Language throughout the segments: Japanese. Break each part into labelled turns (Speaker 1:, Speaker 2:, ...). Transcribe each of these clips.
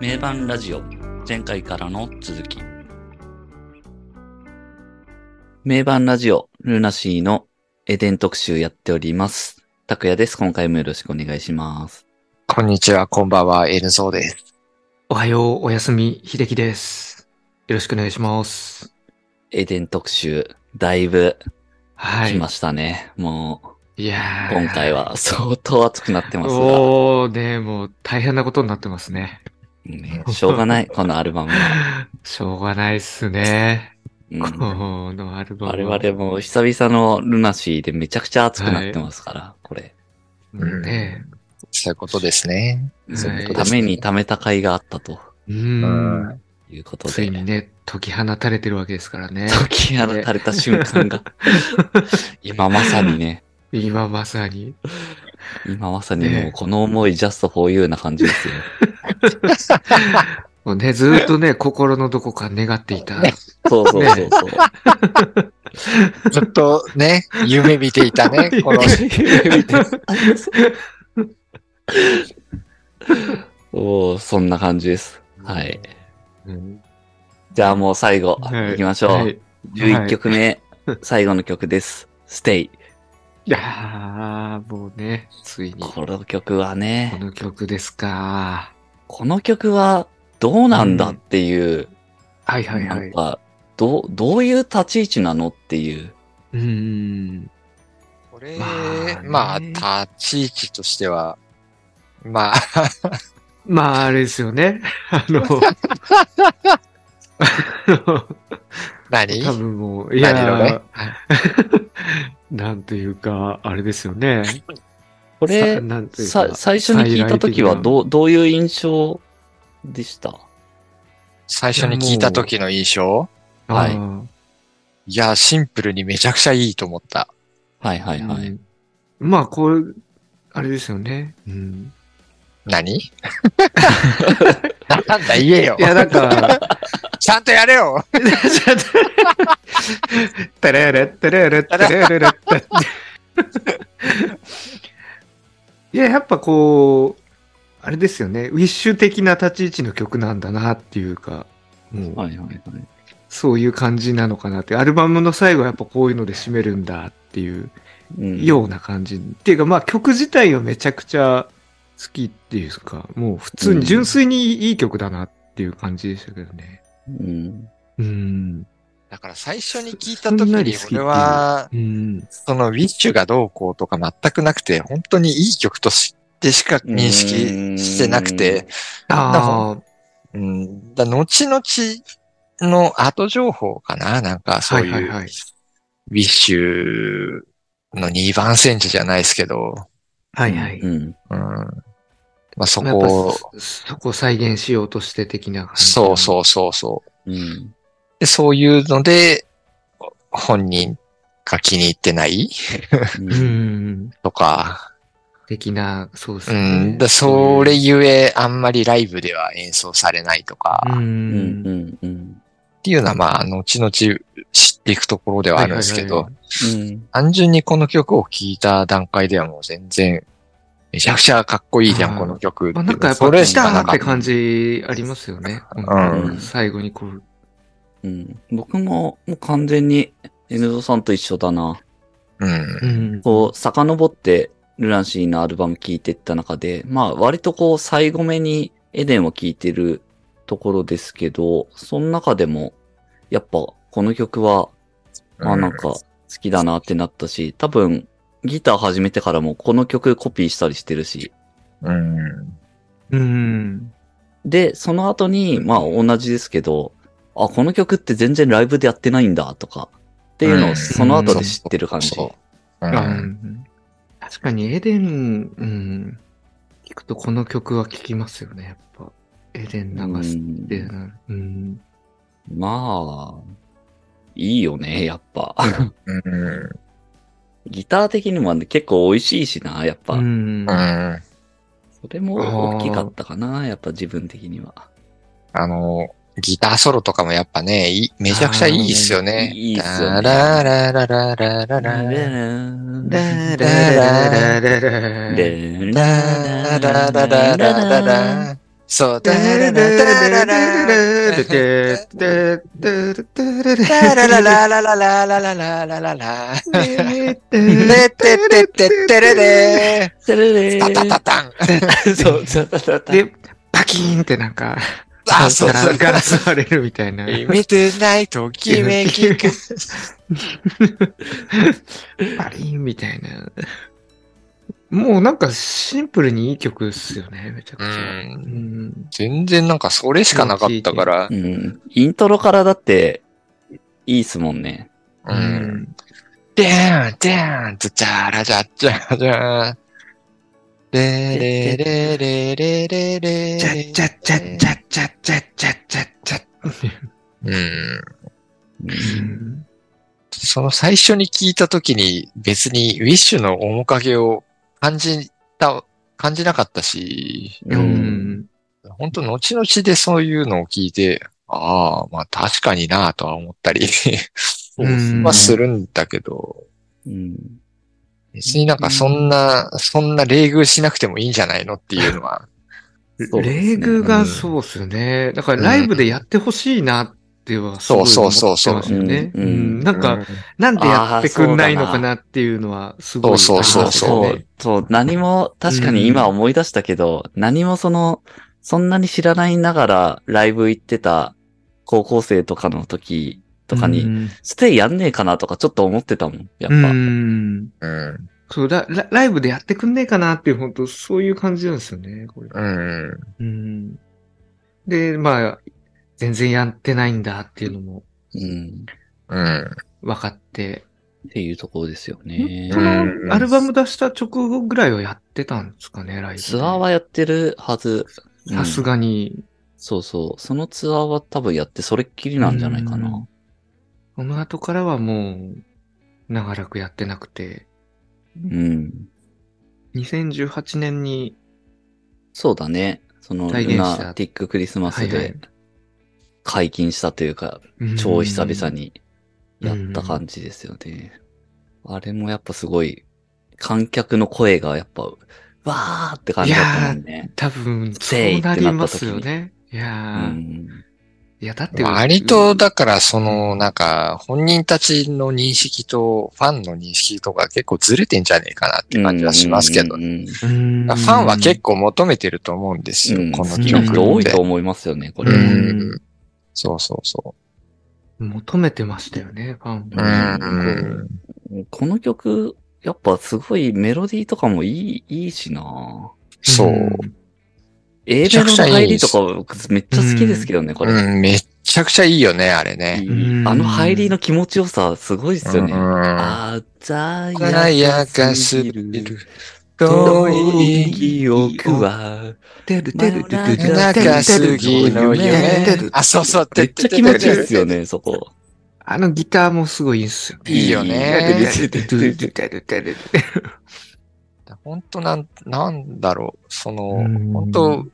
Speaker 1: 名盤ラジオ前回からの続き名盤ラジオルナシーのエデン特集やっております拓也です今回もよろしくお願いします
Speaker 2: こんにちは、こんばんは、N ゾーです。
Speaker 3: おはよう、おやすみ、秀樹です。よろしくお願いします。
Speaker 1: エデン特集だいぶ
Speaker 3: は
Speaker 1: 来
Speaker 3: い。
Speaker 1: ましたね、も
Speaker 3: いや
Speaker 1: う
Speaker 3: ー
Speaker 1: 今回は相当熱くなってますが、
Speaker 3: おー、ねもう大変なことになってますね。
Speaker 1: ねしょうがないこのアルバムは、
Speaker 3: しょうがないっすね。
Speaker 1: うん
Speaker 3: このアルバム。
Speaker 1: 我々も久々のルナシーでめちゃくちゃ熱くなってますから、これ
Speaker 2: 々
Speaker 3: ね
Speaker 2: そういうことですね。
Speaker 3: そういうこと
Speaker 1: た
Speaker 3: です
Speaker 2: ね
Speaker 1: めに貯めた甲斐があったと
Speaker 2: う
Speaker 3: う。
Speaker 2: ん
Speaker 1: いうこと
Speaker 3: つ
Speaker 1: で
Speaker 3: い、にね、解き放たれてるわけですからね。
Speaker 1: 解き放たれた瞬間 が、今まさにね、
Speaker 3: 今まさに。
Speaker 1: 今まさにもう
Speaker 3: ね
Speaker 1: この思い、ジャストフォーユーな感じですよ。
Speaker 3: もうね、ずーっと ね、心のどこか願っていた。
Speaker 1: そうそうそうそう。
Speaker 2: ずっと ね、夢見ていたね、この、
Speaker 1: おーそんな感じです。はい。
Speaker 3: うん
Speaker 1: じゃあもう最後、
Speaker 3: はい
Speaker 1: 行きましょう。
Speaker 3: はい
Speaker 1: 11曲目、最後の曲です。ステイ。
Speaker 3: いやー、もうね、ついに。こ
Speaker 1: この曲はね、
Speaker 3: の曲ですか。
Speaker 1: この曲はどうなんだっていう、
Speaker 3: はいはいは
Speaker 1: ないん。か、どう、どういう立ち位置なのっていう。
Speaker 3: うーん。
Speaker 2: これ、ま
Speaker 3: ま
Speaker 2: あ、
Speaker 3: あ
Speaker 2: 立
Speaker 3: ね
Speaker 2: ち位置としては、まあ、
Speaker 3: まあ、あれですよね。 あ の、
Speaker 2: 何
Speaker 3: 多分もう、いや
Speaker 2: 何色ね
Speaker 3: ー、 なんというか、あれですよね。
Speaker 1: これ
Speaker 3: さ、なんという
Speaker 1: さ
Speaker 3: か、
Speaker 1: 最初に聞いたときは
Speaker 3: 再来的な
Speaker 1: どう、どういう印象でした
Speaker 2: 最初に聞いた時の印象
Speaker 1: はい
Speaker 3: あー
Speaker 2: いや、シンプルにめちゃくちゃいいと思った。
Speaker 1: はいはいはい。
Speaker 3: うんまあ、こう、あれですよね。 うん。
Speaker 2: 何なんだ、言えよ
Speaker 3: い。や、なんか、
Speaker 2: ちゃんとやれよ。
Speaker 3: ちょっとタララッタララッタララッタいや、やっぱこう、あれですよね、ウィッシュ的な立ち位置の曲なんだなっていうか、もう
Speaker 1: はいはいはい。
Speaker 3: そういう感じなのかなって、アルバムの最後はやっぱこういうので締めるんだっていう
Speaker 1: うん
Speaker 3: ような感じ。っていうか、まあ曲自体はめちゃくちゃ好きっていうか、もう普通
Speaker 1: うん
Speaker 3: に純粋にいい曲だなっていう感じでしたけどね。
Speaker 1: うん。
Speaker 3: うん。
Speaker 2: だから最初に聞いた時
Speaker 3: そんな
Speaker 2: に
Speaker 3: に好きってい
Speaker 2: 俺
Speaker 3: う
Speaker 2: は、
Speaker 3: うん。
Speaker 2: そのウィッシュがどうこうとか全くなくて、本当にいい曲としてしか認識してなくて、
Speaker 3: ああ、
Speaker 2: うん、だ後々の後情報かななんかそういう、
Speaker 3: はいはいはい
Speaker 2: ウィッシュの2番センチじゃないですけど、
Speaker 3: はいはい。
Speaker 1: うん。
Speaker 2: うん、まあそ
Speaker 3: まあやっ
Speaker 2: こを、
Speaker 3: ぱそそこを再現しようとして的な感じ。
Speaker 2: そうそうそうそう。
Speaker 1: うん。
Speaker 2: でそういうので、本人が気に入ってない
Speaker 1: う
Speaker 3: うんん。
Speaker 2: とか、
Speaker 3: 的な、そうです
Speaker 2: う
Speaker 3: ね。
Speaker 2: ん、だそれゆえあんまりライブでは演奏されないとか、
Speaker 3: う。
Speaker 1: うんん。うん。
Speaker 2: っていうのは、まあ、後々知っていくところではあるんですけど、
Speaker 3: はいはいはい
Speaker 1: うん。
Speaker 2: 単純にこの曲を聴いた段階ではもう全然、めちゃくちゃかっこいいじゃん、
Speaker 3: はい
Speaker 2: この曲
Speaker 3: まあなんかやっ
Speaker 2: そ
Speaker 3: ぱ
Speaker 2: れ
Speaker 3: 来
Speaker 2: したか
Speaker 3: な
Speaker 2: な
Speaker 3: っ
Speaker 2: か
Speaker 3: て
Speaker 2: った。
Speaker 3: 感じありますよね。
Speaker 2: うん
Speaker 3: 最後にこう。
Speaker 1: うん。僕も、もう完全に、N ゾさんと一緒だな。
Speaker 2: うん。
Speaker 3: うん。
Speaker 1: こう、遡って、ルナシーのアルバム聴いてった中で、まあ、割とこう、最後目にエデンを聴いてるところですけど、その中でも、やっぱ、この曲は、まあなんか、好きだなってなったし、多分、ギター始めてからもこの曲コピーしたりしてるし、
Speaker 2: うん。
Speaker 3: うん。
Speaker 1: で、その後に、まあ同じですけど、あ、この曲って全然ライブでやってないんだとか、っていうの
Speaker 2: う
Speaker 1: を
Speaker 2: ん
Speaker 1: その後で知ってる感じ。
Speaker 2: そうそう
Speaker 3: う
Speaker 2: うん
Speaker 3: ん確かにエデン、うん。聞くとこの曲は聞きますよね、やっぱ。エデン流すってなる。うん。
Speaker 1: まあ、いいよね、やっぱ。
Speaker 2: うん。
Speaker 1: ギター的にも結構美味しいしな、やっぱ。
Speaker 3: うん
Speaker 2: うん。
Speaker 1: それも大きかったかな、やっぱ自分的には。
Speaker 2: あの、ギターソロとかもやっぱね、いいめちゃくちゃいいっすよね。
Speaker 1: あーいいっすよね
Speaker 2: ララララララララ
Speaker 3: ラララララララ
Speaker 1: で
Speaker 2: ララララララそう、
Speaker 3: ダ
Speaker 2: ダ
Speaker 3: ラ
Speaker 2: ララ
Speaker 3: ラ
Speaker 2: ラ
Speaker 3: ララ
Speaker 2: ララ
Speaker 3: ラララ
Speaker 2: ラ
Speaker 3: ラテテテテテテテ
Speaker 2: ダララララララララララララ
Speaker 3: テ
Speaker 2: てててててれで
Speaker 1: てれれ
Speaker 2: ー。タタタタン。
Speaker 1: ー。そう、たたたた。
Speaker 3: で、パキーンってなんか、
Speaker 2: あ、そう
Speaker 3: ガラ
Speaker 2: そう。
Speaker 3: ガラス割れるみたいな。
Speaker 2: 見てないときめきく。
Speaker 3: パリーンみたいな。もうなんかシンプルにいい曲っすよね、めちゃく
Speaker 2: う。
Speaker 3: ちゃ。うんん。
Speaker 2: 全然なんかそれしかなかったから
Speaker 1: う。ん。イントロからだって、いいっすもんね。
Speaker 2: う。でーん、でーん、ずちゃらじゃっちゃじゃーん。れれれれれれれ。
Speaker 3: チャッチャッチャッチャッチャッチャッチャッチャッチャッ。
Speaker 2: うん。
Speaker 3: うん
Speaker 2: その最初に聞いたときに別にウィッシュの面影を感じた、感じなかったし、
Speaker 1: う。
Speaker 3: うんん。
Speaker 2: 本当後々でそういうのを聞いて、ああ、まあ確かになぁとは思ったり
Speaker 1: そうっすね
Speaker 3: ん
Speaker 2: はするんだけど、
Speaker 1: うん。
Speaker 2: 別になんかそんな、そんな冷遇しなくてもいいんじゃないのっていうのは、
Speaker 1: そうですね
Speaker 3: レグがそうっすよね。だからライブでやってほしいなってはすごい思ってました
Speaker 1: うんそうそうそ
Speaker 3: よね。う
Speaker 1: うそうん
Speaker 3: なん
Speaker 2: う
Speaker 3: か、
Speaker 2: ん
Speaker 3: なんでやってくんないのかなっていうのはすごい。
Speaker 2: そうそうそう
Speaker 3: あ
Speaker 1: そう。そう、何も、確かに今思い出したけど、何もその、そんなに知らないながらライブ行ってた高校生とかの時とかに、
Speaker 3: うん
Speaker 1: ステイやんねえかなとかちょっと思ってたもん、やっ
Speaker 3: う
Speaker 1: ぱ。
Speaker 3: ん。
Speaker 2: うん。
Speaker 3: そうだラ、ライブでやってくんねえかなっていう、本当そういう感じなんですよね。これ
Speaker 2: うん。
Speaker 3: うん、で、まあ、全然やってないんだっていうのも
Speaker 1: うん。
Speaker 2: うん。
Speaker 3: 分かって、
Speaker 1: っていうところですよね。
Speaker 3: こ
Speaker 2: うん
Speaker 3: のアルバム出した直後ぐらいはやってたんですかね、ライブで。
Speaker 1: ツアーはやってるはず。うん
Speaker 3: さすがに、
Speaker 1: そうそう。そのツアーは多分やって、それっきりなんじゃないか
Speaker 3: う
Speaker 1: な。
Speaker 3: んこの後からはもう、長らくやってなくて、
Speaker 1: うん。
Speaker 3: 2018年に、
Speaker 1: そうだね。その、
Speaker 3: 体
Speaker 1: ル
Speaker 3: 現した
Speaker 1: ナティッククリスマス
Speaker 3: はいは
Speaker 1: で
Speaker 3: い
Speaker 1: 解禁したというか、
Speaker 3: うん
Speaker 1: 超久々。にやった感じですよね。あれもやっぱすごい、観客の声がやっぱ、わーって感じだったもんね。
Speaker 3: 多分、そうなりますよね。いや
Speaker 1: う
Speaker 3: ー、
Speaker 1: ん。
Speaker 3: いや、だって、
Speaker 2: 割と、だから、その、なんか、本人たちの認識と、ファンの認識とか結構ずれてんじゃねえかなって感じはしますけど
Speaker 1: う
Speaker 2: ね
Speaker 1: ん。うんうん
Speaker 3: ファ
Speaker 2: ファンは結構求めてると思うんですよ、この
Speaker 1: 好きな
Speaker 2: 曲って。
Speaker 1: 人多いと思いますよね、これ。
Speaker 2: う
Speaker 1: うん
Speaker 2: ん。そうそうそ
Speaker 3: 求めてましたよね、ファン
Speaker 2: う。う
Speaker 3: は。
Speaker 2: ん。
Speaker 1: この曲、やっぱすごいメロディーとかもいい、いいしな
Speaker 2: そう。
Speaker 1: A メ
Speaker 2: ちゃ
Speaker 1: ロ
Speaker 2: く
Speaker 1: の
Speaker 2: ちゃいい
Speaker 1: 入りとか僕めっちゃ好きですけどね、これ。
Speaker 2: うん、めっちゃくちゃいいよね、あれね。
Speaker 1: いいあの入りの気持ちよさ、すごいですよね。
Speaker 2: ん。
Speaker 1: あざ
Speaker 2: や
Speaker 1: や
Speaker 2: か
Speaker 1: か
Speaker 2: す
Speaker 1: す
Speaker 2: ぎ
Speaker 1: ぎ
Speaker 2: る
Speaker 1: る。
Speaker 2: 遠
Speaker 1: 遠
Speaker 2: い
Speaker 1: い記憶は。
Speaker 3: てるてるてるてる
Speaker 2: 中杉の
Speaker 3: て
Speaker 2: 夢
Speaker 3: る。
Speaker 2: あ、そうそう、
Speaker 1: めっちゃ気持ちいいですよね、そこ。
Speaker 3: あのギターもすごいいいっすよね。
Speaker 2: いいよね
Speaker 3: てるてるてるてるてるてる
Speaker 2: 本当なん、なんだろう、その、
Speaker 3: うん
Speaker 2: 本当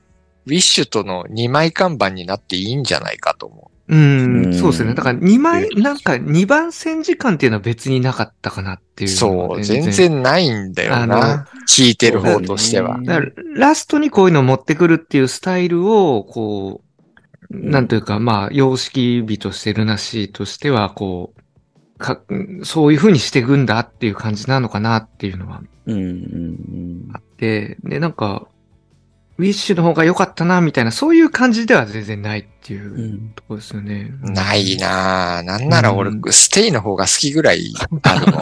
Speaker 2: ウィッシュとの2枚看板になっていいんじゃないかと思
Speaker 3: う、
Speaker 1: うんん
Speaker 3: そうですね。だから2枚、なんか2番線時間っていうのは別になかったかなって
Speaker 2: う。
Speaker 3: いうの
Speaker 2: そ
Speaker 3: が。
Speaker 2: う、全然ないんだよな。聞いてる方としては。
Speaker 3: だからラストにこういうのを持ってくるっていうスタイルを、こう、なんというか、まあ、様式美として、ルナシーとしては、こう、か、そういう風にしていくんだっていう感じなのかなっていうのは
Speaker 1: うんうん
Speaker 3: あって、で、なんか、ウィッシュの方が良かったな、みたいな、そういう感じでは全然ないってい
Speaker 1: うん。う
Speaker 3: うんところですよね。
Speaker 2: ないなぁ。なんなら俺、
Speaker 3: うん
Speaker 2: ステイの方が好きぐらいあるもん。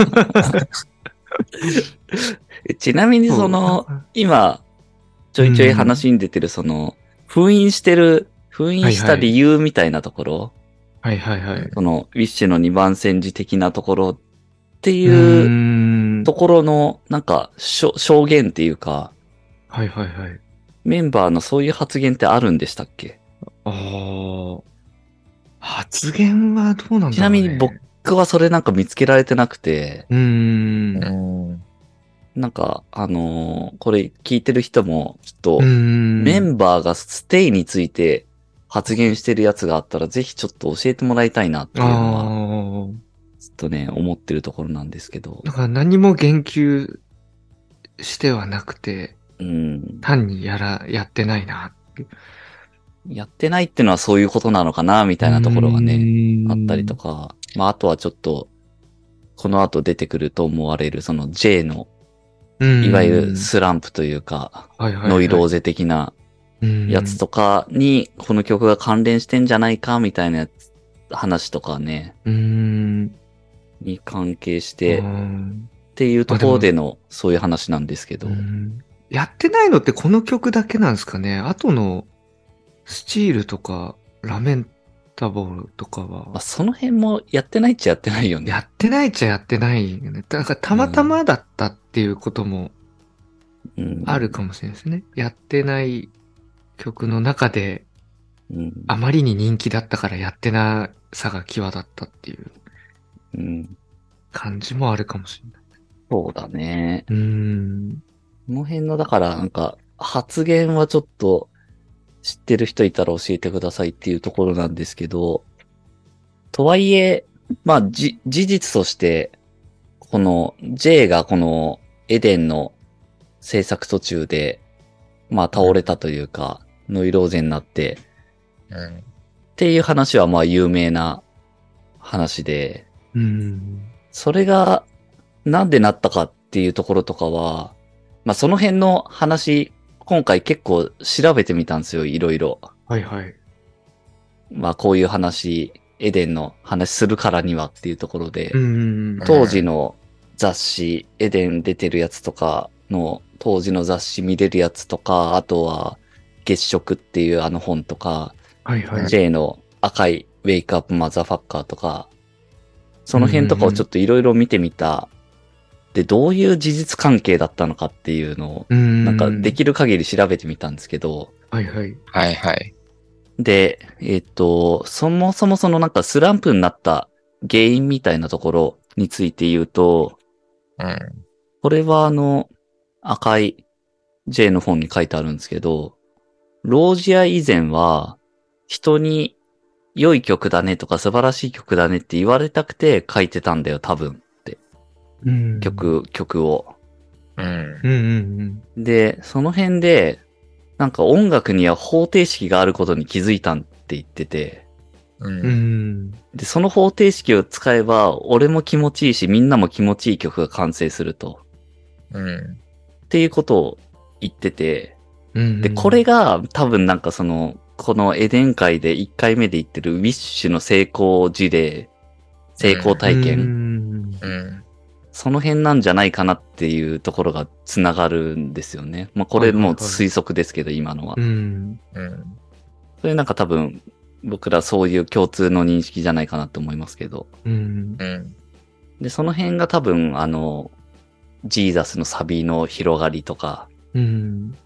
Speaker 1: えちなみに
Speaker 3: そう
Speaker 1: その、、今、ちょいちょい話に出てる、その、封印してる、封印した理由みたいなところ、
Speaker 3: はいはいはい。
Speaker 1: その、ウィッシュの二番煎じ的なところって
Speaker 3: い
Speaker 1: いうところの、なんか、しょ証言っていうか、
Speaker 3: はいはいはい。
Speaker 1: メンバーのそういう発言ってあるんでしたっけ
Speaker 3: あー発言はどうなんだろう、ね、
Speaker 1: ちなみに僕僕はそれなんか見つけられてなくて、
Speaker 3: うーん。 う
Speaker 1: なんか、あのーこれ聞いてる人も、ちょっと
Speaker 3: ー、ん。
Speaker 1: メンバーがステイについて発言してるやつがあったら、ぜひちょっと教えてもらいたいなっていうのは、
Speaker 3: あ
Speaker 1: ちょっとね、思ってるところなんですけど
Speaker 3: あ。だ。から何も言及してはなくて、
Speaker 1: うん。
Speaker 3: 単にやら、やってないなって。
Speaker 1: やってないってのはそういうことなのかな、みたいなところがね、あったりと
Speaker 3: か。
Speaker 1: か、まあ、あとはちょっと、この後出てくると思われる、その J の、い
Speaker 3: い
Speaker 1: わゆるスランプというか、ノ
Speaker 3: ノ
Speaker 1: イローゼ的なやつ
Speaker 3: と。
Speaker 1: とかに、この曲が関連してんじゃないか、みたいなやつ話とかね、
Speaker 3: うん。
Speaker 1: に関係して、
Speaker 3: で
Speaker 1: っていうところでの、そういう話なんですけど。
Speaker 3: やってないのってこの曲だけなんですかね。あとの、スチールとか、ラメンタボールとかは
Speaker 1: まあ、。その辺もやってないっちゃやってないよね。
Speaker 3: やってないっちゃやってないよね。だからたまたまだったっていうことも
Speaker 1: うん
Speaker 3: ある。かもしれないですね。やってない曲の中で
Speaker 1: うん
Speaker 3: あまりに人気だったからやってなさが際立ったっていう
Speaker 1: うん
Speaker 3: 感じもあるかもしれない。
Speaker 1: そうだね。
Speaker 3: うーん。
Speaker 1: この辺の、だからなんか、発言はちょっと、知ってる人いたら教えてくださいっていうところなんですけど、とはいえ、まあ、じ、事実として、この J がこのエデンの制作途中で、まあ倒れたというか、ノイローゼになって、
Speaker 2: うん。
Speaker 1: っていう話はまあ有名な話で、
Speaker 3: うーん。
Speaker 1: それがなんでなったかっていうところとかは、まあその辺の話、今回結構調べてみたんですよ、いろいろ。
Speaker 3: はいはい。
Speaker 1: まあこういう話、エデンの話するからにはっていうところで、
Speaker 3: うーん。
Speaker 1: 当時の雑誌、エデン出てるやつとかの、当時の雑誌見れるやつとか、あとは月食っていうあの本とか、
Speaker 3: はいはい。
Speaker 1: J の赤いウェイクアップマザーファッカーとか、その辺とかをちょっといろいろ見てみた。で、どういう事実関係だったのかっていうのを、
Speaker 3: うーん。
Speaker 1: なんかできる限り調べてみたんですけど、
Speaker 3: はいはい。
Speaker 2: はいはい。
Speaker 1: で、えっ、と、そもそもそのなんかスランプになった原因みたいなところについて言うと、
Speaker 2: うん。
Speaker 1: これはあの、赤い J の本に書いてあるんですけど、ロージア以前は人に良い曲だねとか素晴らしい曲だねって言われたくて書いてたんだよ、多分。
Speaker 3: うん。
Speaker 1: 曲、曲を。
Speaker 2: うん。
Speaker 3: うんうん
Speaker 1: で、その辺で、なんか音楽には方程式があることに気づいたんって言ってて、
Speaker 2: う。
Speaker 3: うん。うんん。
Speaker 1: で、その方程式を使えば、俺も気持ちいいし、みんなも気持ちいい曲が完成すると。
Speaker 2: うん。
Speaker 1: っていうことを言ってて、
Speaker 3: うん。
Speaker 1: で、これが多分なんかその、このエデン会で1回目で言ってるウィッシュの成功事例、成功体験、
Speaker 3: 験。
Speaker 2: うん。
Speaker 1: その辺なんじゃないかなっていうところがつながるんですよね。まあこれもう推測ですけど、今のは
Speaker 3: う。ん。
Speaker 2: うん。
Speaker 1: それなんか多分、僕らそういう共通の認識じゃないかなと思いますけど。
Speaker 3: うん。
Speaker 2: うん。
Speaker 1: で、その辺が多分、あの、ジーザスのサビの広がりとか、
Speaker 3: うん。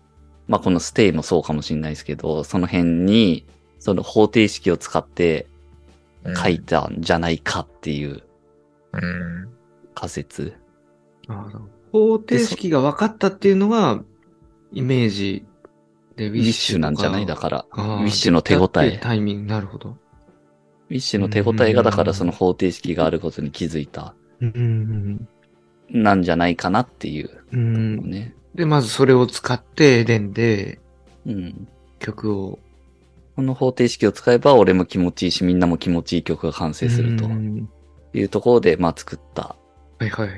Speaker 1: まあ、このステイもそうかもしれないですけど、その辺に、その方程式を使って
Speaker 2: うん
Speaker 1: 書い。たんじゃないかっていう
Speaker 2: うん。
Speaker 1: 仮説。
Speaker 3: なるほど方程式が分かったっていうのは、イメージでウ
Speaker 1: ウィッシュなんじゃないだから。
Speaker 3: ら。ウ
Speaker 1: ウィッシュの手応え
Speaker 3: タイミング、なるほど。
Speaker 1: ウィッシュの手応えがだか
Speaker 3: う
Speaker 1: ら
Speaker 3: ん
Speaker 1: その方程式があることに気づいた、
Speaker 3: うん。
Speaker 1: なんじゃないかなっていう
Speaker 3: う
Speaker 1: の
Speaker 3: ん。
Speaker 1: ね。
Speaker 3: で、まずそれを使って、エデンで
Speaker 1: うん。
Speaker 3: 曲を。
Speaker 1: この方程式を使えば俺も気持ちいいし、みんなも気持ちいい曲が完成すると
Speaker 3: うん
Speaker 1: いうところで、まあ作った。
Speaker 3: はいはい。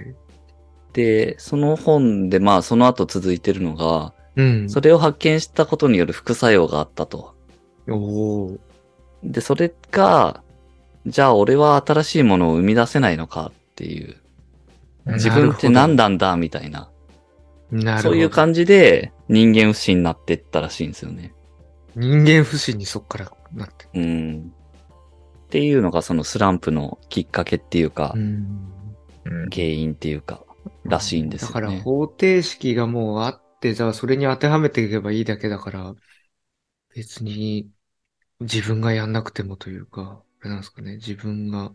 Speaker 1: で、その本でまあその後続いてるのが、
Speaker 3: うん。
Speaker 1: それを発見したことによる副作用があったと。
Speaker 3: おー
Speaker 1: で、それが、じゃあ俺は新しいものを生み出せないのかっていう。
Speaker 2: うん
Speaker 1: 自分って何なんだみたいな。
Speaker 3: なるほど。
Speaker 1: そういう感じで人間不信になってったらしいんですよね。
Speaker 3: 人間不信にそっからなって。
Speaker 1: うん。っていうのがそのスランプのきっかけっていうか、
Speaker 3: ん。
Speaker 2: うん
Speaker 1: 原因っていうか、らしいんですよ
Speaker 3: だ
Speaker 1: ね。
Speaker 3: から方程式がもうあって、じゃあそれに当てはめていけばいいだけだから、別に自分がやんなくてもというか、あれなんですかね、自分が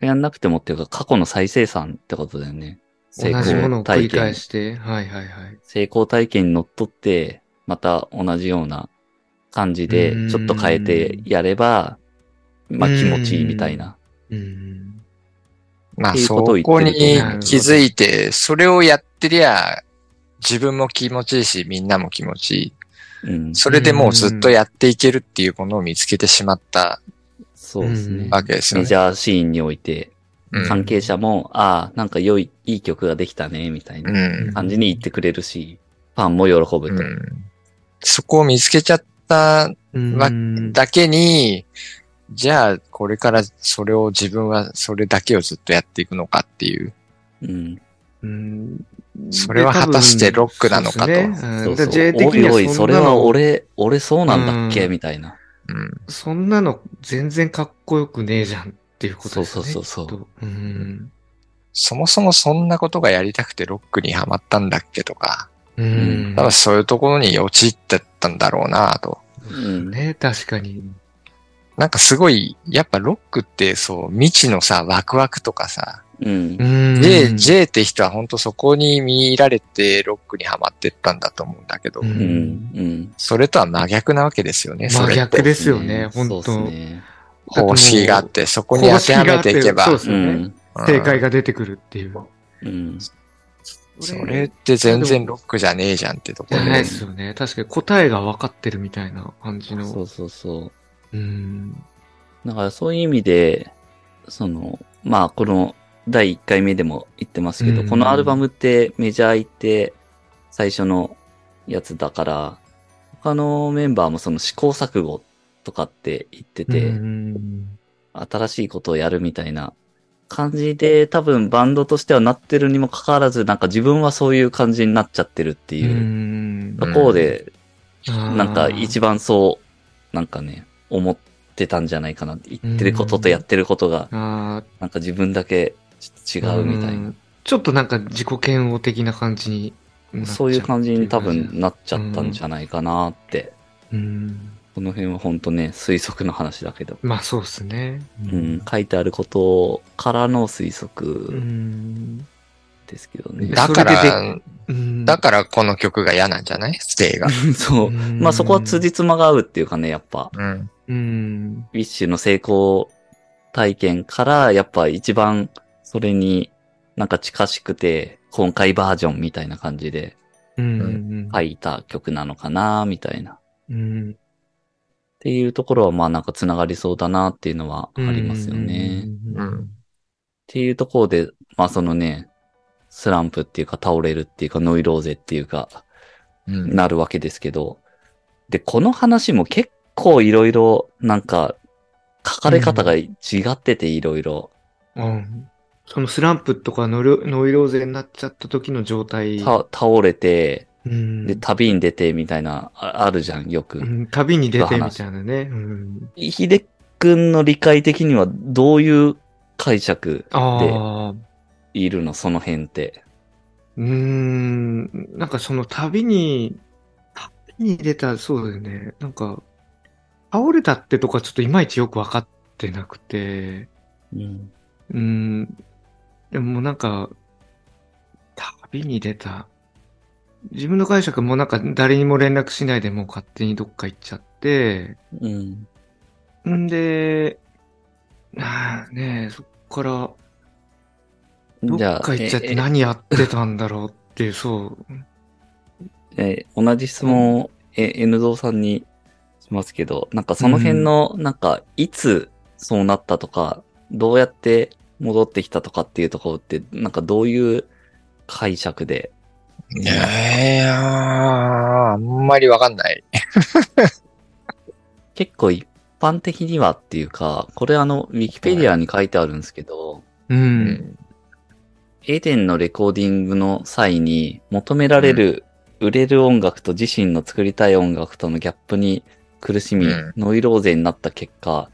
Speaker 1: やんなくてもっていうか、過去の再生産ってことだよね。成
Speaker 3: 同じもの
Speaker 1: 功
Speaker 3: を繰
Speaker 1: 体
Speaker 3: り
Speaker 1: 験
Speaker 3: 返。して、はいはいはい。
Speaker 1: 成功体験にのっとって、また同じような感じで
Speaker 3: うーん、
Speaker 1: ちょっと変えてやれば、まあ
Speaker 3: うーん
Speaker 1: 気持ちいいみたいな。
Speaker 3: うん。
Speaker 2: ま
Speaker 1: っ
Speaker 2: あ、
Speaker 1: ていう
Speaker 2: そ
Speaker 1: ことを言
Speaker 2: こ
Speaker 1: ってる
Speaker 2: に気づいて、それをやってりゃ、自分も気持ちいいし、みんなも気持ちい
Speaker 1: う
Speaker 2: い。
Speaker 1: ん。
Speaker 2: それでもうずっとやっていけるっていうものを見つけてしまった
Speaker 1: そうですね。
Speaker 2: わけですよ
Speaker 1: メ
Speaker 2: ね。
Speaker 1: ジャーシーンにおいて、
Speaker 2: うん。
Speaker 1: 関係者も、ああ、なんか良い、いい曲ができたね、みたいうなん感じに言ってくれるし、ファンも喜ぶと。
Speaker 2: うんそこを見つけちゃったわだけに、じゃあこれからそれを自分はそれだけをずっとやっていくのかっていう。
Speaker 1: うん。
Speaker 3: うん
Speaker 2: それは果たしてロックなのかと
Speaker 3: で多分そうですね
Speaker 1: そ
Speaker 3: うん
Speaker 1: うそ
Speaker 3: で
Speaker 1: う
Speaker 3: J 的
Speaker 1: お
Speaker 3: に
Speaker 1: い
Speaker 3: は
Speaker 1: おい、そ
Speaker 3: そん
Speaker 1: れ
Speaker 3: な
Speaker 1: は
Speaker 3: の、
Speaker 1: 俺、俺そうなんだっけ
Speaker 3: うん
Speaker 1: みたいな。
Speaker 2: うん
Speaker 3: そんなの全然かっこよくねえじゃんっていうこと
Speaker 1: そうそう
Speaker 3: ですよね。
Speaker 1: そうそう。
Speaker 3: きっとうん。
Speaker 2: そもそもそんなことがやりたくてロックにハマったんだっけとか、
Speaker 3: う
Speaker 1: うん
Speaker 3: ん
Speaker 2: た。だそういうところに陥ってったんだろうなと。
Speaker 1: うん
Speaker 3: ね、確かに。
Speaker 2: なんかすごい、やっぱロックってそう、未知のさ、ワクワクとかさ、
Speaker 1: うん。
Speaker 3: うん。
Speaker 2: J、J って人は本当そこに見入られてロックにハマってったんだと思うんだけど、
Speaker 3: うん
Speaker 1: うん。うん。
Speaker 2: それとは真逆なわけですよね、そ
Speaker 3: 真
Speaker 2: れっ
Speaker 3: 逆
Speaker 2: て。
Speaker 3: ですよね、本当
Speaker 1: そうですね。
Speaker 2: 方式があって、そこに当てはめていけば、
Speaker 3: 方式があってそうですよね。
Speaker 2: うん
Speaker 3: 正解が出てくるっていう。
Speaker 1: うん。
Speaker 2: それって全然ロックじゃねえじゃんってとこ
Speaker 3: じ
Speaker 2: ろ
Speaker 3: ゃ
Speaker 2: で。
Speaker 3: ないですよね。確かに答えが分かってるみたいな感じの。
Speaker 1: そううそうそう。
Speaker 3: ん。
Speaker 1: だからそういう意味で、その、まあこの第1回目でも言ってますけど、
Speaker 3: うん
Speaker 1: このアルバムってメジャー行って最初のやつだから、他のメンバーもその試行錯誤とかって言ってて、
Speaker 3: うん
Speaker 1: 新しいことをやるみたいな感じで多分バンドとしてはなってるにもかかわらず、なんか自分はそういう感じになっちゃってるって
Speaker 3: う
Speaker 1: いう、
Speaker 3: ん
Speaker 1: ところで、
Speaker 3: な
Speaker 1: なんか一番そう、なんかね、思ってたんじゃないかな。言ってることとやってることが
Speaker 3: 番
Speaker 1: なんか自分だけちょっと違うみたいな。
Speaker 3: ちょっとなんか自己嫌悪的な感じになっちゃ
Speaker 1: そういう感じに多
Speaker 3: っていう
Speaker 1: 分
Speaker 3: 感
Speaker 1: なっちゃったんじゃないかなって。
Speaker 3: じうん。
Speaker 1: この辺は本当ね、推測の話だけど。
Speaker 3: まあそうですね。
Speaker 1: うん、書いてあることからの推
Speaker 3: う
Speaker 1: 測
Speaker 3: ん。
Speaker 1: ですけどね。
Speaker 2: だか
Speaker 3: それ
Speaker 2: ら、
Speaker 3: うん
Speaker 2: だからこの曲が嫌なんじゃないステイが。
Speaker 1: そうう。
Speaker 3: ん
Speaker 1: まあそこは辻褄が合うっていうかね、やっぱ。
Speaker 2: うん。
Speaker 3: うん。
Speaker 1: ウィッシュの成功体験から、やっぱ一番それになんか近しくて、今回バージョンみたいな感じで
Speaker 3: うん。
Speaker 1: 書いた曲なのかな、みたいな。
Speaker 3: うん。
Speaker 1: っていうところは、まあなんか繋がりそうだなっていうのはありますよね。っ
Speaker 3: うん。
Speaker 2: うん。
Speaker 1: ていうところで、まあそのね、スランプっていうか倒れるっていうかノイローゼっていうか、
Speaker 2: うん。
Speaker 1: なるわけですけど、で、この話も結構いろいろなんか、書かれ方が違ってていろいろ。
Speaker 3: うんそのスランプとかノイロノイローゼになっちゃった時の状態。
Speaker 1: た倒れて、
Speaker 3: うん
Speaker 1: で、旅に出てみたいな、ああるじゃん、よ
Speaker 3: う
Speaker 1: く。
Speaker 3: ん旅に出てみたいなね。うん
Speaker 1: ひでくんの理解的にはどういう解釈
Speaker 3: ああ。
Speaker 1: いるのその辺って。
Speaker 3: うーん。なんかその旅に、旅に出た、そうだよね。なんか、倒れたってとかちょっといまいちよくわかってなくて。
Speaker 1: うん。
Speaker 3: うーん。でもなんか、旅に出た。自分の解釈もなんか誰にも連絡しないでもう勝手にどっか行っちゃって、
Speaker 1: うん。
Speaker 3: んで、ああねえ、そっから、どっ
Speaker 1: じゃあ
Speaker 3: か行っちゃって
Speaker 1: え
Speaker 3: 何やってたんだろうっていう、そう。
Speaker 1: えー同じ質問を、えー N ゾウさんにしますけど、なんかその辺の、なんか、いつそうなったとか、どうやって戻ってきたとかっていうところって、なんかどういう解釈で、
Speaker 2: いやー、あんまりわかんない。
Speaker 1: 結構一般的にはっていうか、これあの、ウィキペディアに書いてあるんですけど、
Speaker 3: う。
Speaker 2: うんん。
Speaker 1: エデンのレコーディングの際に求められる、売れる音楽と自身の作りたい音楽とのギャップに苦しみ
Speaker 2: うん、
Speaker 1: ノイローゼになった結果、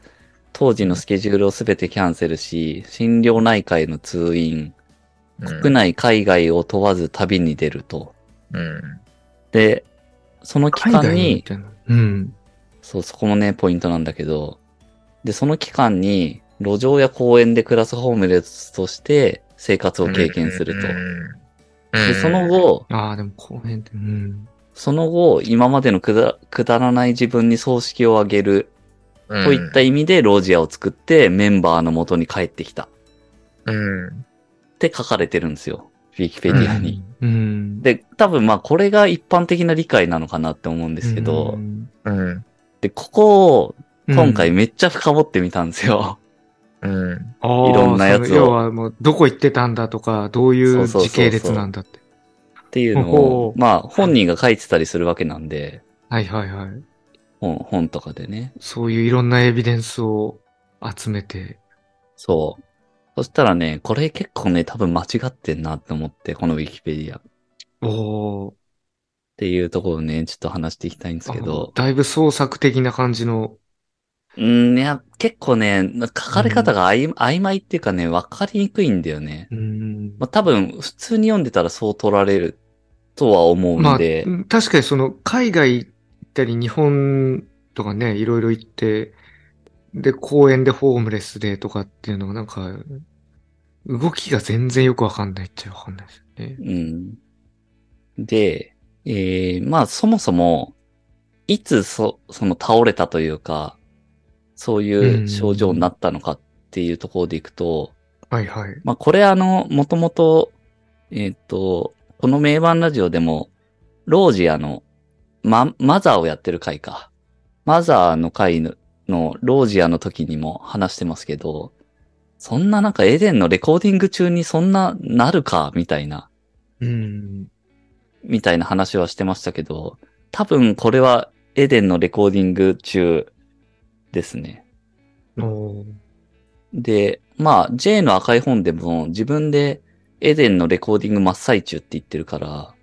Speaker 1: 当時のスケジュールをすべてキャンセルし、心療内科への通院、国内海外を問わず旅に出ると。
Speaker 2: うん。
Speaker 1: で、その期間
Speaker 3: み
Speaker 1: に、
Speaker 3: たいな。うん。
Speaker 1: そう、そこもね、ポイントなんだけど、で、その期間に、路上や公園で暮らすホームレスとして生活を経験すると。
Speaker 2: うん。
Speaker 1: で、その後、
Speaker 3: ああ、でも公園って、うん。
Speaker 1: その後、今までのくだくだらない自分に葬式をあげる
Speaker 2: うん、
Speaker 1: といった意味でロジアを作ってメンバーの元に帰ってきたっ
Speaker 2: うん。
Speaker 1: て書かれてるんですよ。ィキペディアに。
Speaker 3: うん。
Speaker 1: で、多分まあこれが一般的な理解なのかなって思うんですけど、
Speaker 3: うん
Speaker 2: うん。
Speaker 1: で、ここを今回、めっちゃ深掘ってみたんですよ。
Speaker 2: うん。
Speaker 3: いろ
Speaker 1: ろんなやつを
Speaker 3: 要はもう、どこ行ってたんだとか、どういう時系列なんだって。
Speaker 1: っていうの
Speaker 3: ほ
Speaker 1: を
Speaker 3: ほ、
Speaker 1: まあ本人が書いてたりするわけなんで、
Speaker 3: はいはいはい。
Speaker 1: 本本とかでね。
Speaker 3: そういういろんなエビデンスを集めて。
Speaker 1: そう。そしたらね、これ結構ね、多分間違ってんなって思って、このウィキペディアっ
Speaker 3: おー
Speaker 1: ていうところをね、ちょっと話していきたいんですけど
Speaker 3: あ。だいぶ創作的な感じの。
Speaker 1: うん、いや、結構ね、書かれ方が曖曖昧っていうかね、わかりにくいんだよね。
Speaker 3: うん
Speaker 1: まあ多分、普通に読んでたらそう取られるとは思うんで、
Speaker 3: まあ、確かにその海外行ったり日本とかね、いろいろ行って、で、公園でホームレスでとかっていうのがなんか、動きが全然よくわかんないっちゃわかんないですよね。
Speaker 1: うん。で、えー、まあそもそも、いつそ、その倒れたというか、そういう症状になったのかっていうところでいくと、
Speaker 3: はいはい。
Speaker 1: まあこれあの、もともと、えっ、と、この名盤ラジオでも、ロージアの、ま、マザーをやってる回か。マザーの回の、のロージアの時にも話してますけど、そんななんかエデンのレコーディング中にそんななるか、みたいな。
Speaker 3: うん。
Speaker 1: みたいな話はしてましたけど、多分これはエデンのレコーディング中ですね。
Speaker 3: おー
Speaker 1: で、まあ、J の赤い本でも自分でエデンのレコーディング真っ最中って言ってるから、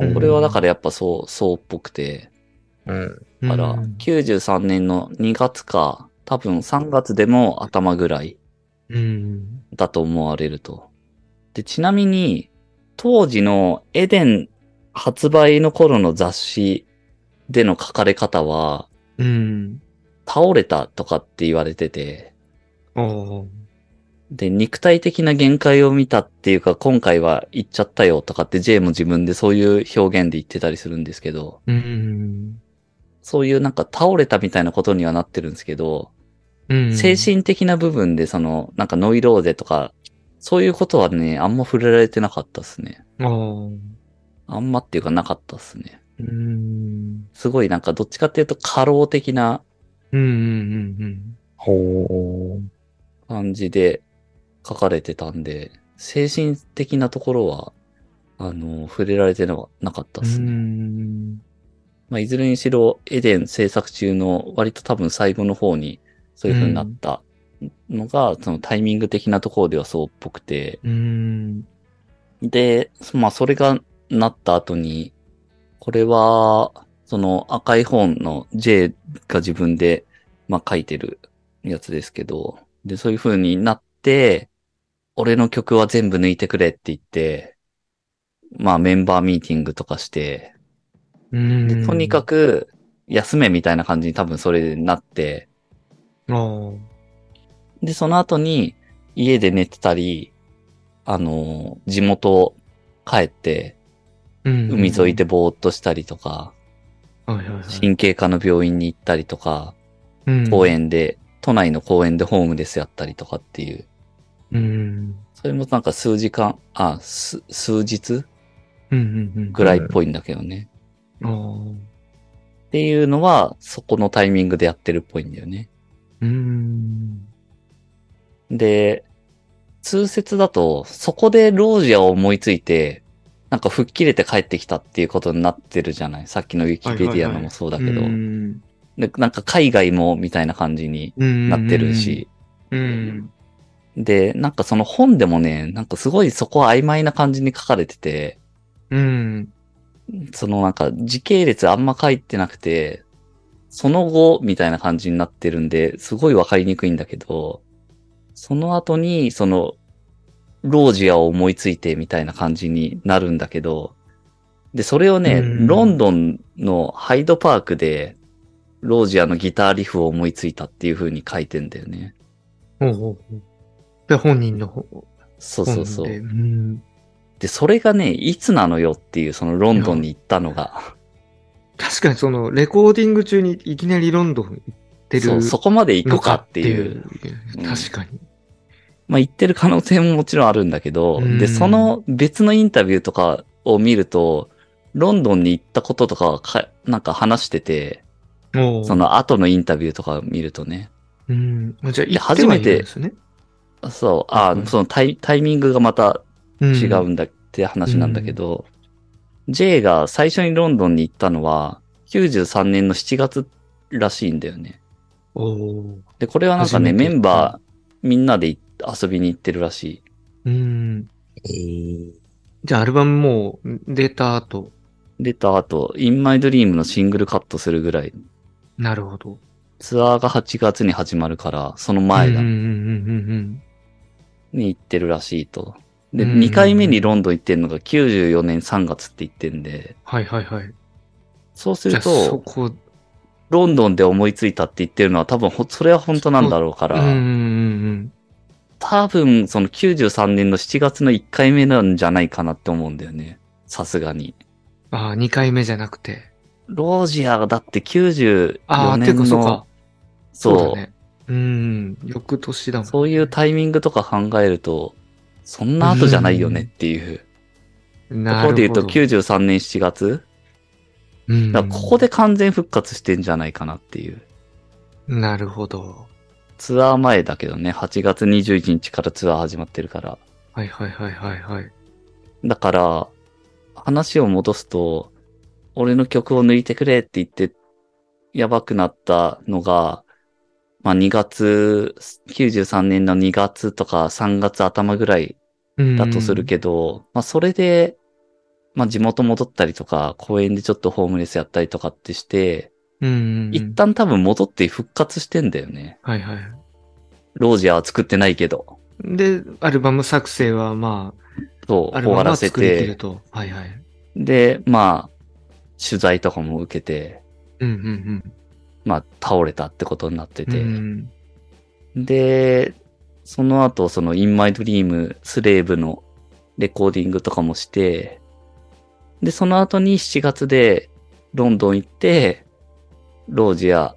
Speaker 3: うん
Speaker 1: これはだからやっぱそう、そうっぽくて、
Speaker 2: うん。
Speaker 3: うん
Speaker 1: だから93年の2月か、多分3月でも頭ぐらい
Speaker 3: うん。
Speaker 1: だと思われると。で、ちなみに、当時のエデン発売の頃の雑誌での書かれ方は、
Speaker 3: うん。
Speaker 1: 倒れたとかって言われてて、
Speaker 3: おー
Speaker 1: で、肉体的な限界を見たっていうか、今回は行っちゃったよとかって J も自分でそういう表現で言ってたりするんですけど、
Speaker 3: うん。
Speaker 1: そういうなんか倒れたみたいなことにはなってるんですけど、
Speaker 3: うん。
Speaker 1: 精神的な部分でその、なんかノイローゼとか、そういうことはね、あんま触れられてなかったっすね。
Speaker 3: おー
Speaker 1: あんまっていうかなかったっすね。
Speaker 3: うん。
Speaker 1: すごいなんかどっちかっていうと過労的な
Speaker 3: うんうんうん
Speaker 2: ほ
Speaker 1: 感じで書かれてたんで、精神的なところは、あの、触れられてのはなかった
Speaker 3: う
Speaker 1: です
Speaker 3: ん。う
Speaker 1: ね。
Speaker 3: ん。
Speaker 1: まあ、いずれにしろ、エデン制作中の割と多分最後の方にそういう風になったのが、そのタイミング的なところではそうっぽくて、
Speaker 3: うん。
Speaker 1: で、まあ、それがなった後に、これは、その赤い本の J が自分で、まあ、書いてるやつですけど、で、そういう風になって、俺の曲は全部抜いてくれって言って、まあ、メンバーミーティングとかして、
Speaker 3: うん
Speaker 1: でとにかく休めみたいな感じに多分それになって、
Speaker 3: おー
Speaker 1: で、その後に家で寝てたり、あのー、地元帰って、
Speaker 3: うん
Speaker 1: 海沿いで、ぼーっとしたりとか、
Speaker 3: はいはいはい
Speaker 1: 神経科の病院に行ったりとか、
Speaker 3: うん
Speaker 1: 公園で、都内の公園でホームレスやったりとかっていう、
Speaker 3: うん。
Speaker 1: それもなんか数時間、あ、す数日
Speaker 3: うんうん
Speaker 1: ぐらいっぽいんだけどね。
Speaker 3: うん。おー
Speaker 1: っていうのは、そこのタイミングでやってるっぽいんだよね。
Speaker 3: うん。
Speaker 1: で、通説だと、そこでロージアを思いついて、なんか吹っ切れて帰ってきたっていうことになってるじゃないさっきのウィキペディアのもそうだけど、
Speaker 3: うん
Speaker 1: でなんか海外もみたいな感じになってるし、
Speaker 3: うん。
Speaker 1: で、なんかその本でもね、なんかすごいそこは曖昧な感じに書かれてて、
Speaker 3: うん。
Speaker 1: そのなんか時系列あんま書いてなくて、その後みたいな感じになってるんで、すごいわかりにくいんだけど、その後にその、ロージアを思いついてみたいな感じになるんだけど、で、それをね、
Speaker 3: うん
Speaker 1: ロンドンのハイドパークで、ロージアのギターリフを思いついたっていう風に書いてんだよね。
Speaker 3: ほうほうほう。で、本人の方。
Speaker 1: そうそうそう。
Speaker 3: 本でうん。
Speaker 1: で、それがね、いつなのよっていう、そのロンドンに行ったのが、
Speaker 3: 確かにその、レコーディング中にいきなりロンドン行って
Speaker 1: そう
Speaker 3: る
Speaker 1: そこまで行
Speaker 3: の
Speaker 1: く
Speaker 3: か
Speaker 1: か
Speaker 3: っ
Speaker 1: ってて
Speaker 3: い
Speaker 1: いうう。。うん
Speaker 3: 確かに。
Speaker 1: まあ、言ってる可能性ももちろんあるんだけど、
Speaker 3: うん
Speaker 1: で、その別のインタビューとかを見ると、ロンドンに行ったこととかか、なんか話してて、
Speaker 3: お
Speaker 1: そ
Speaker 3: ー
Speaker 1: の後のインタビューとか見るとね、
Speaker 3: うん。じゃあ、
Speaker 1: で
Speaker 3: 行ってはいる
Speaker 1: 初
Speaker 3: ん
Speaker 1: めて
Speaker 3: ですね。
Speaker 1: そう、あ
Speaker 3: うん
Speaker 1: ーそのタイタイミングがまた
Speaker 3: うん
Speaker 1: 違うんだって話なんだけど、J が最初にロンドンに行ったのは、93年の7月らしいんだよね。
Speaker 3: おー
Speaker 1: で、これはなんかね、
Speaker 3: 初め
Speaker 1: メ
Speaker 3: て
Speaker 1: ンバーみんなでい遊びに行ってるらしい。
Speaker 3: うん。じゃあ、アルバムもう出た後。
Speaker 1: 出た後、In My Dream のシングルカットするぐらい。
Speaker 3: なるほど。
Speaker 1: ツアーが8月に始まるから、その前だ
Speaker 3: うんうんうんうん
Speaker 1: に行ってるらしいと。で、
Speaker 3: うん
Speaker 1: 2回目にロンドン行ってんのが94年3月って言ってんで、
Speaker 3: はいはいはい。
Speaker 1: そうす
Speaker 3: じゃ
Speaker 1: る
Speaker 3: あ、そ
Speaker 1: と、
Speaker 3: こ、
Speaker 1: ロンドンで思いついたって言ってるのは多分ほ、それは本当なんだろうか
Speaker 3: うんうん
Speaker 1: ら、
Speaker 3: うん
Speaker 1: 多分その93年の7月の1回目なんじゃないかなって思うんだよね。さすがに。
Speaker 3: うん。ああ、2回目じゃなくて。
Speaker 1: ロージアがだって94
Speaker 3: ああ、て
Speaker 1: 年
Speaker 3: か、そう
Speaker 1: の
Speaker 3: か、。
Speaker 1: そう
Speaker 3: だね。うん。翌年だもん。
Speaker 1: そういうタイミングとか考えると、そんな後じゃないよねっていう。とこ
Speaker 3: なる
Speaker 1: ろ
Speaker 3: ほ
Speaker 1: で
Speaker 3: ど
Speaker 1: 言うと93年7月
Speaker 3: うん
Speaker 1: だからここで完全復活してんじゃないかなっていう。
Speaker 3: なるほど。
Speaker 1: ツアー前だけどね、8月21日からツアー始まってるから。
Speaker 3: はいはいはいはいはい。
Speaker 1: だから、話を戻すと、俺の曲を抜いてくれって言って、やばくなったのが、まあ2月、93年の2月とか3月頭ぐらい
Speaker 3: うん
Speaker 1: だとするけど、まあそれで、まあ地元戻ったりとか、公園でちょっとホームレスやったりとかってして、
Speaker 3: ど、うん。
Speaker 1: 一旦多分戻って復活してんだよね。
Speaker 3: はいはい。
Speaker 1: ロージアは作ってないけど。
Speaker 3: で、アルバム作成はま
Speaker 1: そ
Speaker 3: あ、
Speaker 1: う、
Speaker 3: アル
Speaker 1: 終
Speaker 3: バ
Speaker 1: わ
Speaker 3: ム
Speaker 1: ら
Speaker 3: は
Speaker 1: せ
Speaker 3: 作り切る
Speaker 1: て。
Speaker 3: と。はいはい。
Speaker 1: で、まあ、取材とかも受けて、
Speaker 3: うんうん
Speaker 1: まあ倒れたってことになって
Speaker 3: うん。
Speaker 1: て。
Speaker 3: うん
Speaker 1: で、その後、その In My Dream スレーブのレコーディングとかもして、で、その後に7月でロンドン行って、ロージア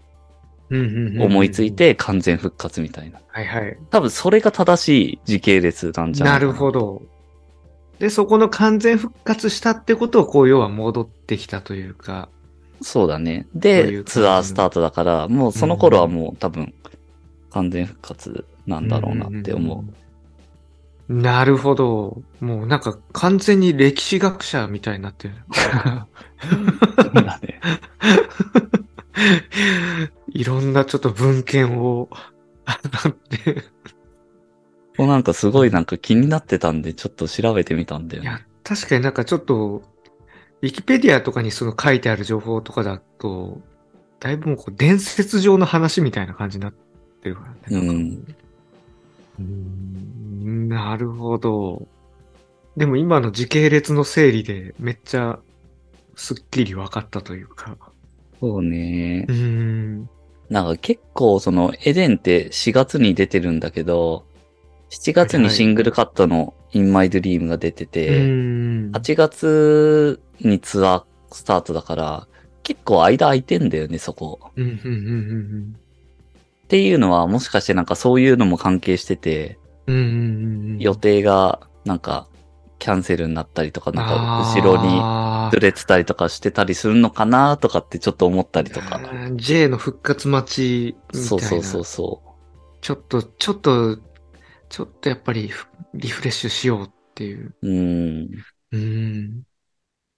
Speaker 3: うんうんうん
Speaker 1: 思いつい。て完全復活みたいな。
Speaker 3: はいはい。
Speaker 1: 多分それが正しい時系列なんじゃな
Speaker 3: ない
Speaker 1: かな。
Speaker 3: るほど。で、そこの完全復活したってことを、こう、要は戻ってきたというか。
Speaker 1: そうだね。
Speaker 3: そうい
Speaker 1: で、
Speaker 3: う感じ
Speaker 1: ツアースタートだから、もうその頃はもう多分完全復活なんだろうなって思う。
Speaker 3: んんん。なるほど。もうなんか完全に歴史学者みたいになってる。
Speaker 1: そうだね
Speaker 3: いろんなちょっと文献を、あのって
Speaker 1: もうなんかすごいなんか気になってたんで、ちょっと調べてみたんだよ
Speaker 3: い
Speaker 1: ね。
Speaker 3: や、確かになんかちょっと、ウィキペディアとかにその書いてある情報とかだと、だいぶもうこう伝説上の話みたいな感じになってるからね。
Speaker 1: うん
Speaker 3: うんなるほど。でも今の時系列の整理でめっちゃすっきり分かったというか。
Speaker 1: そうね
Speaker 3: う。ん。
Speaker 1: なんか結構そのエデンって4月に出てるんだけど、7月にシングルカットの In My Dream が出てて、
Speaker 3: うん
Speaker 1: 8月にツアースタートだから、結構間空いてんだよね、そこ。
Speaker 3: うんうんうん
Speaker 1: っていうのはもしかしてなんかそういうのも関係してて、
Speaker 3: うんうんうんうん
Speaker 1: 予定がなんかキャンセルになったりとか、なんか後ろに
Speaker 3: あー
Speaker 1: ずれてたりとかしてたりするのかなとかってちょっと思ったりとか。
Speaker 3: うん J の復活待ちみたいな。
Speaker 1: そうそうそうそ
Speaker 3: ちょっと、ちょっと、ちょっとやっぱりふリフレッシュしようっていう。
Speaker 1: う。うん。
Speaker 3: うん。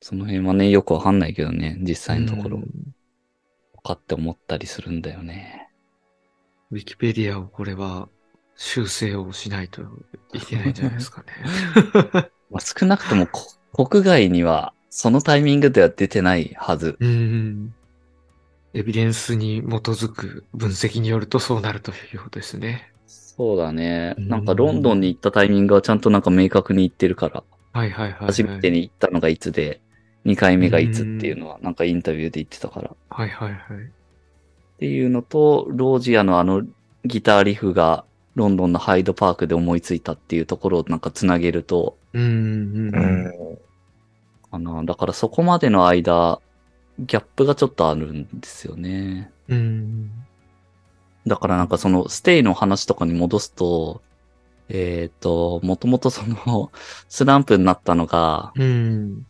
Speaker 1: その辺はね、よくわかんないけどね、実際のとこ
Speaker 3: う
Speaker 1: ろ
Speaker 3: ん。
Speaker 1: とかって思ったりするんだよね。
Speaker 3: ウィキペディアをこれは修正をしないといけないんじゃないですかね。
Speaker 1: まあ、少なくともこ国外にはそのタイミングでは出てないはず。
Speaker 3: うん。エビデンスに基づく分析によるとそうなるということですね。
Speaker 1: そうだね。
Speaker 3: うん
Speaker 1: なんかロンドンに行ったタイミングはちゃんとなんか明確に言ってるから。
Speaker 3: はいはいはい、はい。
Speaker 1: 初めてに行ったのがいつで、2回目がいつっていうのは、なんかインタビューで言ってたから。っ
Speaker 3: はいはいはい。
Speaker 1: ていうのと、ロージアのあのギターリフが、ロンドンのハイドパークで思いついたっていうところをなんかつなげると、
Speaker 3: うんうん
Speaker 2: う
Speaker 3: うん。
Speaker 2: ん。
Speaker 1: あの、だからそこまでの間、ギャップがちょっとあるんですよね。
Speaker 3: うん。
Speaker 1: だからなんかそのステイの話とかに戻すと、えっ、と、もともとその、スランプになったのが、
Speaker 3: うん。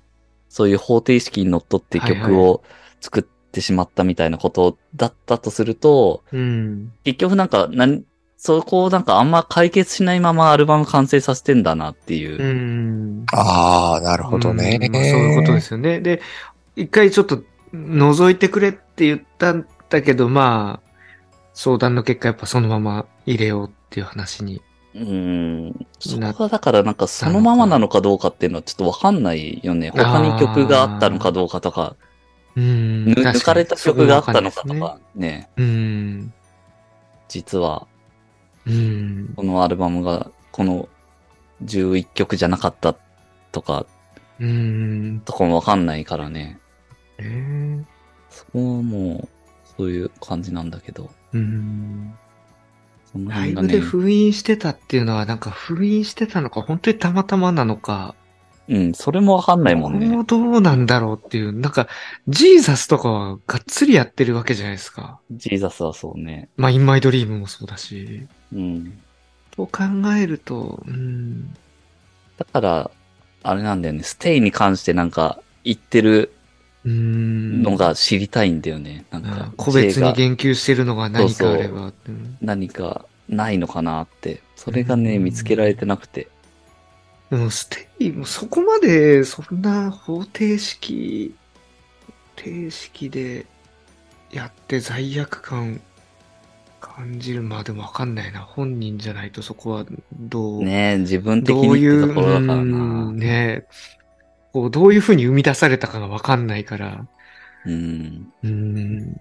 Speaker 1: そういう方程式にのっとって
Speaker 3: はいはい
Speaker 1: 曲を作ってしまったみたいなことだったとすると、
Speaker 3: うん。
Speaker 1: 結局なんか、なんそこをなんかあんま解決しないままアルバム完成させてんだなっていうう。
Speaker 3: ん。
Speaker 2: ああ、なるほどね。。
Speaker 3: うんまあそういうことですすよね。で、一回ちょっと覗いてくれって言ったんだけど、まあ、相談の結果やっぱそのまま入れようっていう話に。
Speaker 1: うん。そ
Speaker 3: な
Speaker 1: こがだからなんかそのままなのかどうかっていうのはちょっとわかんないよね。他に曲があったのかどうかとか、
Speaker 3: うん。
Speaker 1: ぬ
Speaker 3: 確に
Speaker 1: 抜かれた曲があったのか
Speaker 3: そ
Speaker 1: と
Speaker 3: れはわ
Speaker 1: かね、
Speaker 3: かんないですね
Speaker 1: 実は
Speaker 3: うん。うん。
Speaker 1: このアルバムがこの11曲じゃなかったとか、
Speaker 3: うん。
Speaker 1: とかもわかんないからね。
Speaker 3: ね
Speaker 1: そこはもう、そういう感じなんだけど。
Speaker 3: うん。
Speaker 1: その
Speaker 3: ラ
Speaker 1: 辺
Speaker 3: イ
Speaker 1: が
Speaker 3: ブで
Speaker 1: ね。
Speaker 3: 封印してたっていうのは、なんか封印してたのか、本当にたまたまなのか、
Speaker 1: うん、それもわかんないも
Speaker 3: こ
Speaker 1: ん
Speaker 3: れも
Speaker 1: ね。
Speaker 3: どうなんだろうっていう、なんか、ジーザスとかはがっつりやってるわけじゃないですか。
Speaker 1: ジーザスはそうね。
Speaker 3: まあ、インマイドリームもそうだし。
Speaker 1: うん。
Speaker 3: と考えると、うん。
Speaker 1: だから、あれなんだよね。ステイに関してなんか言ってる
Speaker 3: うん。
Speaker 1: のが知りたいんだよね。
Speaker 3: うん、
Speaker 1: なんか、
Speaker 3: 個別
Speaker 1: J が
Speaker 3: に言及してるのが何かあれ
Speaker 1: そ
Speaker 3: ば。うん
Speaker 1: 何かないのかなって。それがね、
Speaker 3: うん
Speaker 1: 見つけられてなくて。
Speaker 3: でも、ステイ、もうそこまで、そんな方程式、方程式でやって罪悪感感じるまあでもわかんないな。本人じゃないとそこはどう、
Speaker 1: ねえ自分的
Speaker 3: ど
Speaker 1: に
Speaker 3: う
Speaker 1: っ
Speaker 3: いう、
Speaker 1: てところだから
Speaker 3: う
Speaker 1: な。
Speaker 3: んねこう、どういうふうに生み出されたかがわかんないから。
Speaker 1: うん。
Speaker 3: うん。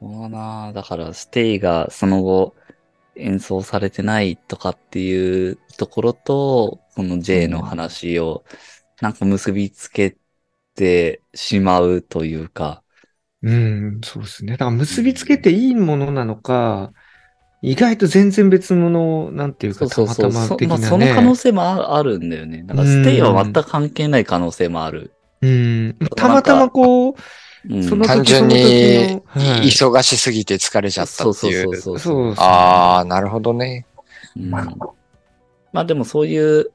Speaker 1: そうなあだから、ステイがその後演奏されてないとかっていうところと、この J の話をなんか結びつけてしまうというか、
Speaker 3: うん、そうですね。だから結びつけていいものなのか、意外と全然別物、なんていう
Speaker 1: そ
Speaker 3: か、
Speaker 1: うそうそ
Speaker 3: た
Speaker 1: う、
Speaker 3: またま
Speaker 1: そ
Speaker 3: 的
Speaker 1: ま
Speaker 3: な
Speaker 1: あ、
Speaker 3: ね。
Speaker 1: その可能性もああるんだよね。だから、ステイは全く関係ない可能性もある。
Speaker 3: うん。たまたまこう、
Speaker 1: うん、
Speaker 3: その
Speaker 2: 単純
Speaker 3: 時
Speaker 2: に
Speaker 3: 々のはい
Speaker 2: 忙しすぎて疲れちゃった
Speaker 1: そう
Speaker 2: って
Speaker 1: そう
Speaker 2: い。
Speaker 1: そううそう
Speaker 3: そうですね
Speaker 2: ああ、なるほどね。
Speaker 1: うんまあでもそういう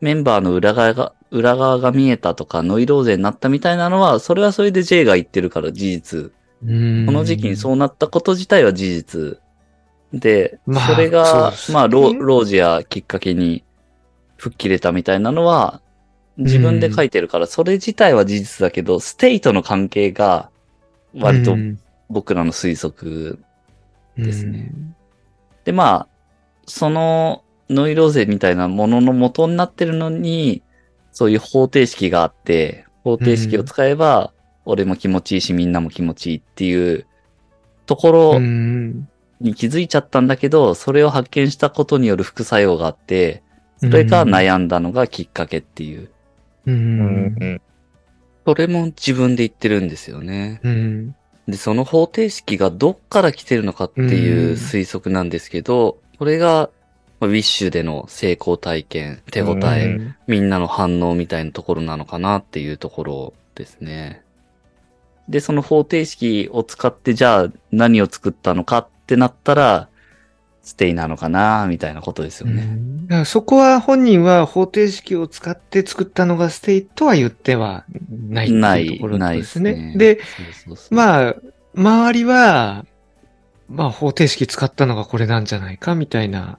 Speaker 1: メンバーの裏側が、裏側が見えたとか、ノイローゼになったみたいなのは、それはそれで J が言ってるから事実。
Speaker 3: うん
Speaker 1: この時期にそうなったこと自体は事実。で、
Speaker 3: まあ
Speaker 1: それ
Speaker 3: そう
Speaker 1: が
Speaker 3: で、すね
Speaker 1: まあ、ロロージアきっかけに吹っ切れたみたいなのは、自分で書いてるから、それ自体は事実だけど、ステイとの関係が、割と
Speaker 3: うん
Speaker 1: 僕らの推測ですね
Speaker 3: うん
Speaker 1: で、まあ、そのノイローゼみたいなものの元になってるのに、そういう方程式があって、方程式を使えば、俺も気持ちいいし、みんなも気持ちいいっていうところ
Speaker 3: うん
Speaker 1: に気づいちゃったんだけど、それを発見したことによる副作用があって、それが悩んだのがきっかけっていう。
Speaker 3: う。
Speaker 2: うんん。
Speaker 1: それも自分で言ってるんですよね。
Speaker 3: うん。
Speaker 1: で、その方程式がどっから来てるのかっていう
Speaker 3: うん
Speaker 1: 推測なんですけど、これが、まあウィッシュでの成功体験、手応え、
Speaker 2: うん
Speaker 1: みんなの反応みたいなところなのかなっていうところですね。で、その方程式を使って、じゃあ何を作ったのかってなったら、ステイなのかな、みたいなことですよ
Speaker 3: う
Speaker 1: ね。
Speaker 3: んだからそこは本人は方程式を使って作ったのがステイとは言ってはないって
Speaker 1: ないいう
Speaker 3: ところ
Speaker 1: ない
Speaker 3: で
Speaker 1: ですす
Speaker 3: ね
Speaker 1: ね。。
Speaker 3: で、
Speaker 1: そうそうそう
Speaker 3: まあ、周りは、まあ方程式使ったのがこれなんじゃないかみたいな。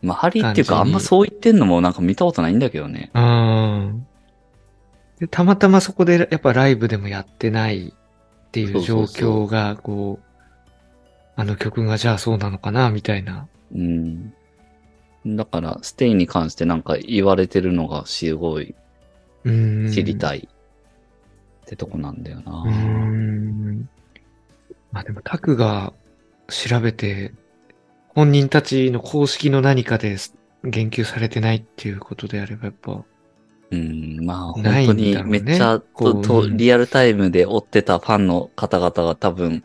Speaker 1: まあ、ハリーっていうか、あ
Speaker 3: 単純
Speaker 1: ん
Speaker 3: に
Speaker 1: まそう言ってんのもなんか見たことないんだけどね。
Speaker 3: うん。で、たまたまそこでやっぱライブでもやってないっていう状況が、こう、あの曲がじゃあそうなのかなみたいな。
Speaker 1: うん。だから、ステイに関してなんか言われてるのがすごい
Speaker 3: うん。
Speaker 1: 知り
Speaker 3: い。
Speaker 1: たいってとこなんだよな。
Speaker 3: うん。まあでもタクが調べて、本人たちの公式の何かで言及されてないっていうことであればやっぱ、
Speaker 1: うん、まあ本
Speaker 3: ない
Speaker 1: 当
Speaker 3: んだ
Speaker 1: に
Speaker 3: ろう
Speaker 1: め
Speaker 3: ね
Speaker 1: っちゃ、
Speaker 3: ことう
Speaker 1: と
Speaker 3: うん
Speaker 1: リアルタイムで追ってたファンの方々が多分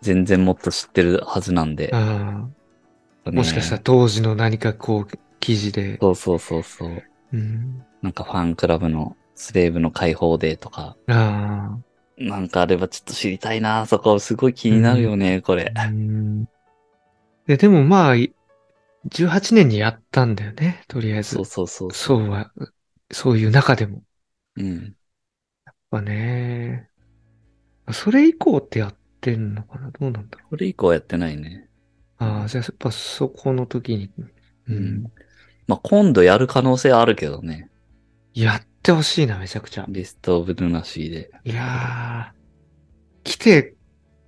Speaker 1: 全然もっと知ってるはずなんで。
Speaker 3: ああ、
Speaker 1: ね
Speaker 3: もしかしたら当時の何かこう記事で、
Speaker 1: そうそうそうそう。
Speaker 3: うん、
Speaker 1: なんかファンクラブのスレーブの解放デーとか、
Speaker 3: あ
Speaker 1: なんかあればちょっと知りたいな、そこすごい気になるよね、これ。
Speaker 3: あ、うんで、でもまあ、い18年にやったんだよね、とりあえず
Speaker 1: そう。そうそう。
Speaker 3: そうは、そういう中でも。
Speaker 1: うん。
Speaker 3: やっぱね。それ以降ってやってんのかなどうなんだろ
Speaker 1: これ以降はやってないね。
Speaker 3: う。ああ、じゃあやっぱそこの時に。う。。
Speaker 1: うんまあ、今度やる可能性はあるけどね。
Speaker 3: やってほしいな、めちゃくちゃ。
Speaker 1: リストオブルナシーで。
Speaker 3: いやー、来て、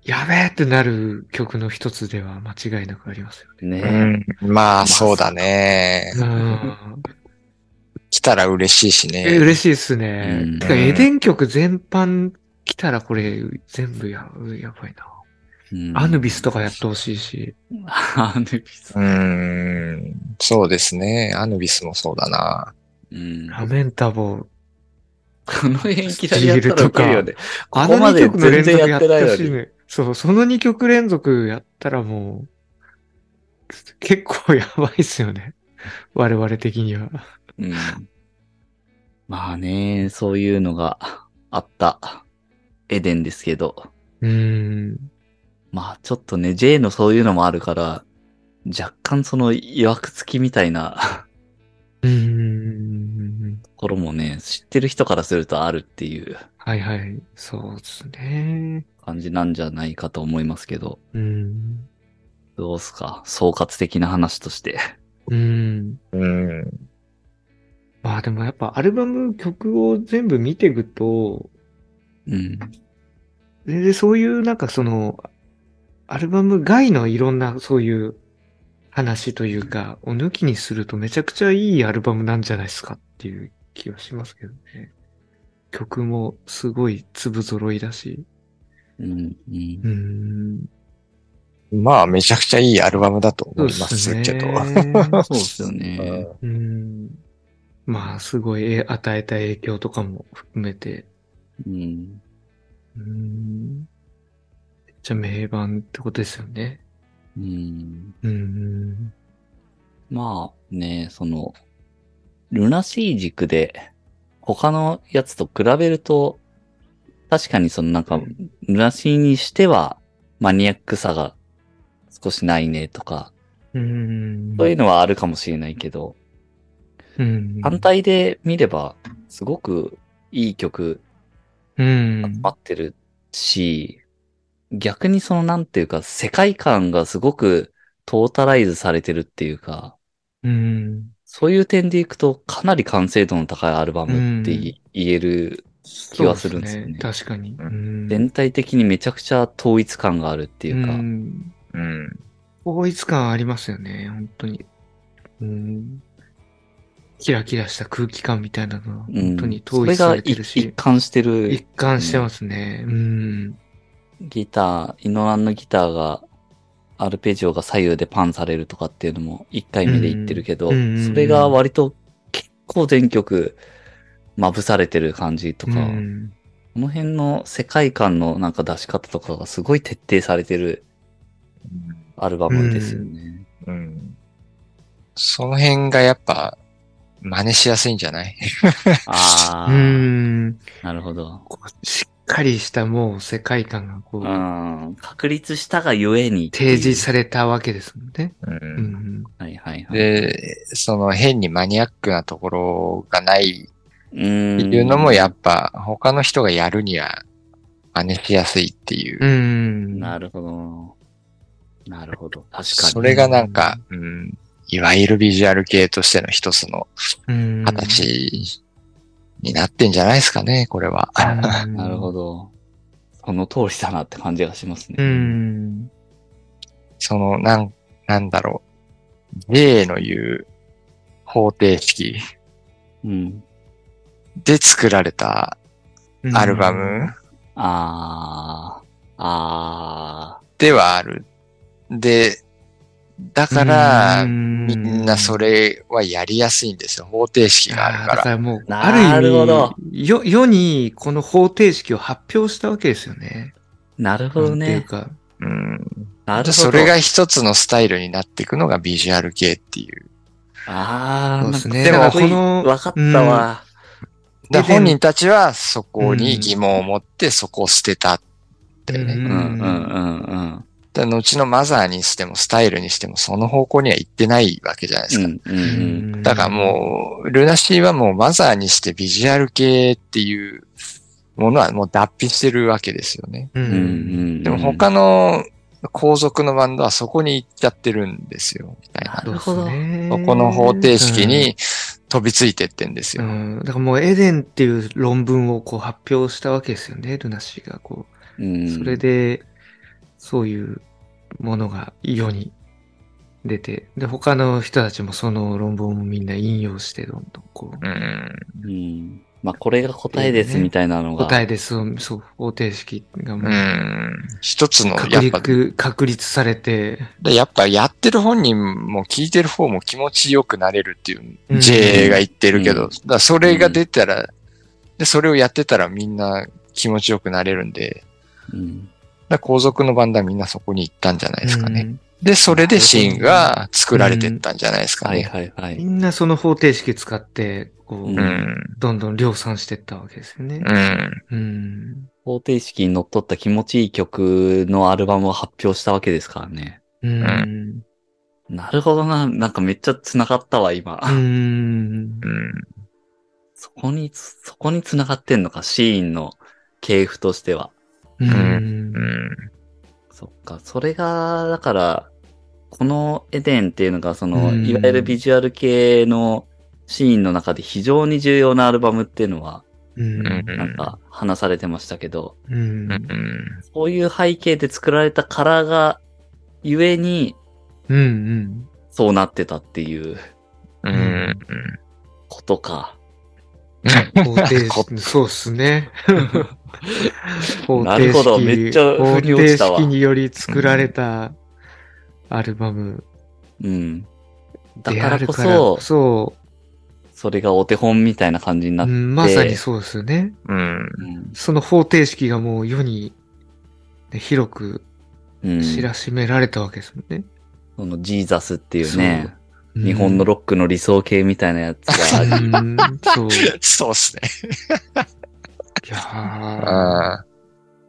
Speaker 3: やべえってなる曲の一つでは間違いなくありますよ ね。
Speaker 1: ね、
Speaker 2: うん。まあ、そうだね。
Speaker 3: うん。
Speaker 2: 来たら嬉しいし
Speaker 3: え、
Speaker 2: ね。
Speaker 3: 嬉しいっすね。
Speaker 1: うん
Speaker 3: てか、エデン曲全般来たらこれ全部や、やばいな。
Speaker 1: うん
Speaker 3: アヌビスとかやってほしいし。
Speaker 1: アヌビス
Speaker 2: う。ーん。そうですね。アヌビスもそうだな。
Speaker 1: うん。
Speaker 3: ラメンタボ
Speaker 1: この辺いきなりやったら
Speaker 3: スチールと
Speaker 1: ウ
Speaker 3: か
Speaker 1: ケるよね。
Speaker 3: あ
Speaker 1: こ
Speaker 3: の
Speaker 1: こま
Speaker 3: 2
Speaker 1: で
Speaker 3: 曲の連
Speaker 1: 全然や
Speaker 3: 続や
Speaker 1: っ
Speaker 3: っ
Speaker 1: て
Speaker 3: て
Speaker 1: ない
Speaker 3: ほ
Speaker 1: の
Speaker 3: しい
Speaker 1: に。
Speaker 3: ね。そう、その2曲連続やったらもう、結構やばいっす よね。我々的には。
Speaker 1: うん。まあね、そういうのがあったエデンですけど。
Speaker 3: うーん。
Speaker 1: まあちょっとね、J のそういうのもあるから、若干その曰くつきみたいな
Speaker 3: うーん。
Speaker 1: ところもね、知ってる人からするとあるっていう
Speaker 3: はいはい。そうですね。
Speaker 1: 感じなんじゃないかと思いますけど。
Speaker 3: うーん。
Speaker 1: どうすか総括的な話として。
Speaker 3: うーん。
Speaker 2: うん。
Speaker 3: まあでもやっぱアルバム曲を全部見ていくと、
Speaker 1: うん。
Speaker 3: 全然そういうなんかその、アルバム外のいろんなそういう話というか、を抜きにするとめちゃくちゃいいアルバムなんじゃないですかっていう気はしますけどね。曲もすごい粒揃いだし。
Speaker 1: うん。うん
Speaker 3: うーん。
Speaker 2: まあ、めちゃくちゃいいアルバムだと思いますけど。
Speaker 3: ど
Speaker 1: そうですよね。
Speaker 3: うーん。まあ、すごいえ与えた影響とかも含めて、
Speaker 1: うん。
Speaker 3: うーん。めっちゃ名盤ってことですよね。
Speaker 1: うん。
Speaker 3: うーん。
Speaker 1: まあね、その、ルナシー軸で、他のやつと比べると、確かにそのなんか、ルナシーにしては、マニアックさが少しないねとか、
Speaker 3: うーん。
Speaker 1: そういうのはあるかもしれないけど、
Speaker 3: うん
Speaker 1: 反対で見れば、すごくいい曲
Speaker 3: うん。
Speaker 1: 集まってるし、逆にそのなんていうか、世界観がすごくトータライズされてるっていうか、
Speaker 3: うん。
Speaker 1: そういう点でいくと、かなり完成度の高いアルバムってい言える、
Speaker 3: 気
Speaker 1: はするんですよね
Speaker 3: 確かに。
Speaker 2: う
Speaker 1: 全体的にめちゃくちゃ統一感があるっていうか、
Speaker 3: ん
Speaker 2: うん。
Speaker 3: 統一感ありますよね、本当に。うん。キラキラした空気感みたいなのは、
Speaker 1: うん
Speaker 3: 本当に統一されてる
Speaker 1: それが一一
Speaker 3: し、
Speaker 1: 貫してる
Speaker 3: 一貫してますね。うん。
Speaker 1: ギター、イノランのギターが、アルペジオが左右でパンされるとかっていうのも一回目で言ってるけど、
Speaker 3: うんうんうん
Speaker 1: それが割と結構全曲まぶされてる感じとか、
Speaker 3: うん
Speaker 1: この辺の世界観のなんか出し方とかがすごい徹底されてるアルバムですよね。
Speaker 2: うん。その辺がやっぱ、真似しやすいんじゃない
Speaker 1: ああ、
Speaker 3: うん。
Speaker 1: なるほど。
Speaker 3: こうしっかりしたもう世界観がこ
Speaker 1: う
Speaker 3: う、
Speaker 1: ん、確立したがゆえに。
Speaker 3: 提示されたわけですもんね。
Speaker 2: う。
Speaker 3: うんん。
Speaker 1: はいはいはい。
Speaker 2: で、その変にマニアックなところがない
Speaker 1: うん
Speaker 2: っていうのもやっぱ他の人がやるには真似しやすいっていう。
Speaker 3: うん。
Speaker 1: なるほど。なるほど。確かに。
Speaker 2: それがなんか、うん、いわゆるビジュアル系としての一つの
Speaker 3: うん。
Speaker 2: 形になってんじゃないですかね、これは。
Speaker 1: なるほ
Speaker 3: ど。
Speaker 1: ど。その通りだなって感じがしますね。
Speaker 3: うん。
Speaker 2: その、なん、なんだろう。例の言う方程式
Speaker 1: うん。
Speaker 2: で作られたアルバム
Speaker 1: ああ。ああ。
Speaker 2: ではある。で、だから、みんなそ
Speaker 3: れ
Speaker 2: れはやりやすいんですよ。方程式があるか
Speaker 3: だ
Speaker 2: ら。
Speaker 3: からもう、
Speaker 1: な
Speaker 3: あ
Speaker 1: る
Speaker 3: る意
Speaker 1: ほ
Speaker 3: 味
Speaker 1: ど
Speaker 3: よ、世にこの方程式を発表したわけですよね。
Speaker 1: なるほど
Speaker 3: なん
Speaker 1: ね
Speaker 3: てい。うか。
Speaker 2: うん。
Speaker 1: なるほど。
Speaker 2: それが一つのスタイルになっていくのがビジュアル系っていう。
Speaker 1: ああ。
Speaker 3: そうですね
Speaker 1: なんか
Speaker 3: だからこの
Speaker 1: わかったわ。
Speaker 2: で、
Speaker 3: でで
Speaker 2: 本人たちはそこに疑問を持ってそこを捨てたんだよね。
Speaker 1: うんうんうんうん。
Speaker 2: だ後のマザーにしてもスタイルにしてもその方向には行ってないわけじゃないですか。
Speaker 1: うんうん
Speaker 2: だからもう、ルナシーはもうマザーにしてビジュアル系っていうものはもう脱皮してるわけですよね。
Speaker 3: う
Speaker 1: うんうん
Speaker 3: ん。
Speaker 1: うん
Speaker 2: でも他の皇族のバンドはそこに行っちゃってるんですよ、みたいな。
Speaker 1: るほど
Speaker 3: ね
Speaker 2: そこの方程式に飛びついてってんです
Speaker 3: う
Speaker 2: よ。
Speaker 3: ん。だからもうエデンっていう論文をこう発表したわけですよね、ルナ氏がこ
Speaker 1: うん
Speaker 3: う。それで、そういうものが世に出て、で、他の人たちもその論文をみんな引用して、どんどんこう、
Speaker 2: う
Speaker 1: う
Speaker 2: ん。
Speaker 1: んまあ、これが答えですみたいなのが。
Speaker 3: 答
Speaker 1: え。
Speaker 3: えで、そう、そう、方程式がも
Speaker 2: う
Speaker 3: う、
Speaker 2: ん。一つの、
Speaker 3: 確
Speaker 2: やっぱ、
Speaker 3: 立、確立されて、
Speaker 2: でやっぱやってる本人も聞いてる方も気持ちよくなれるっていう
Speaker 3: うん
Speaker 2: JA が言ってるけど、
Speaker 1: うん
Speaker 2: だからそれが出たら、で、それをやってたらみんな気持ちよくなれるんで、
Speaker 1: うん。
Speaker 2: だから皇族のバンドはみんなそこに行ったんじゃないですかね。
Speaker 3: うん
Speaker 2: で、それでシーンが作られてったんじゃないですか
Speaker 1: はい
Speaker 2: ね。
Speaker 1: はいは
Speaker 3: み
Speaker 1: い。
Speaker 3: んなその方程式使って、こう、
Speaker 1: うん
Speaker 2: うん。
Speaker 3: どんどん量産していったわけですよね。
Speaker 2: うん。
Speaker 3: うん。
Speaker 1: 方程式にのっとった気持ちいい曲のアルバムを発表したわけですからね。
Speaker 3: うん。
Speaker 1: なるほどな。なんかめっちゃ繋がったわ、今。
Speaker 3: うん。
Speaker 2: うん。
Speaker 1: そこに、そこに繋がってんのか、シーンの系譜としては。
Speaker 3: う。
Speaker 2: うんん。
Speaker 1: そっか、それが、だから、このエデンっていうのが、その、
Speaker 3: うん
Speaker 1: いわゆるビジュアル系のシーンの中で非常に重要なアルバムっていうのは、
Speaker 3: うん。
Speaker 2: うん。
Speaker 1: なんか話されてましたけど、
Speaker 3: うん
Speaker 2: う。ん。
Speaker 1: そういう背景で作られたカラーが、ゆえに、
Speaker 3: うん。
Speaker 1: そうなってたっていう
Speaker 2: うん。
Speaker 1: ことか。
Speaker 3: 方 程式、そうっすね。 方
Speaker 1: なるほどめっちゃ腑に落ちたわ
Speaker 3: 方程式により作られたアルバム
Speaker 1: うん。だ
Speaker 3: で
Speaker 1: か
Speaker 3: あ
Speaker 1: ら
Speaker 3: る
Speaker 1: こ
Speaker 3: から
Speaker 1: そ
Speaker 3: こ、そ、
Speaker 1: それがお手本みたいな感じにな
Speaker 3: う
Speaker 1: って。
Speaker 3: んまさにそうですよね。
Speaker 2: うん。
Speaker 1: うん
Speaker 3: その方程式がもう世にね広く
Speaker 1: うん。
Speaker 3: 知らしめられたわけですもんね。
Speaker 1: そのジーザスっていうね、
Speaker 3: うん
Speaker 1: 日本のロックの理想系みたいなやつ があり、
Speaker 3: うん そう。い
Speaker 2: そうっすね。うん。
Speaker 3: やー
Speaker 2: あ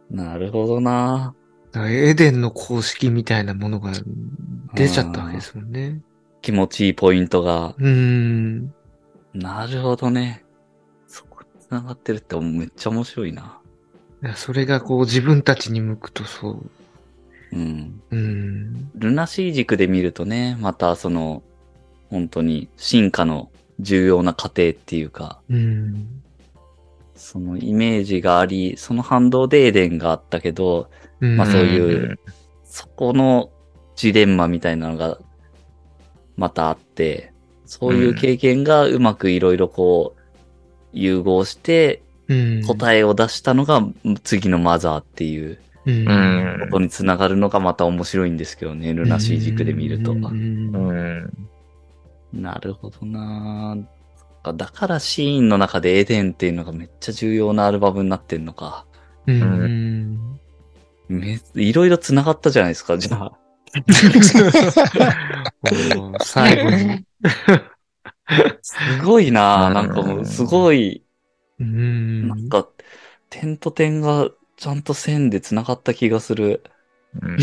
Speaker 1: なるほどな
Speaker 3: だからエデンの公式みたいなものが出ちゃったわけですもんね。
Speaker 1: 気持ちいいポイントが。
Speaker 3: うーん。
Speaker 1: なるほどね。そこ繋がってるってめっちゃ面白いな。
Speaker 3: だからそれがこう自分たちに向くとそう。
Speaker 1: うん。
Speaker 3: うーん。
Speaker 1: ルナシー軸で見るとね、またその、本当に進化の重要な過程っていうか、
Speaker 3: うーん。
Speaker 1: そのイメージがあり、その反動でエデンがあったけど、
Speaker 3: うん
Speaker 1: まあそういうう、そこのジレンマみたいなのがまたあって、そういう経験がうまくいろいろこう融合して
Speaker 3: うん。
Speaker 1: 答えを出したのが次のマザーっていう
Speaker 3: え。うん。
Speaker 2: ん
Speaker 1: こ。とにつながるのがまた面白いんですけどね、ルナシー軸で見ると
Speaker 3: う。ん
Speaker 2: うん。
Speaker 1: なるほどなぁそっかだからシーンの中でエデンっていうのがめっちゃ重要なアルバムになってんのか。
Speaker 3: うん。
Speaker 1: めいろいろ繋がったじゃないですか、じゃあ。
Speaker 3: こう最後に。
Speaker 1: すごいなぁ
Speaker 2: うん
Speaker 1: なんかもうすごい、
Speaker 3: う
Speaker 1: なんん。か、点と点がちゃんと線で繋がった気がする。
Speaker 2: うん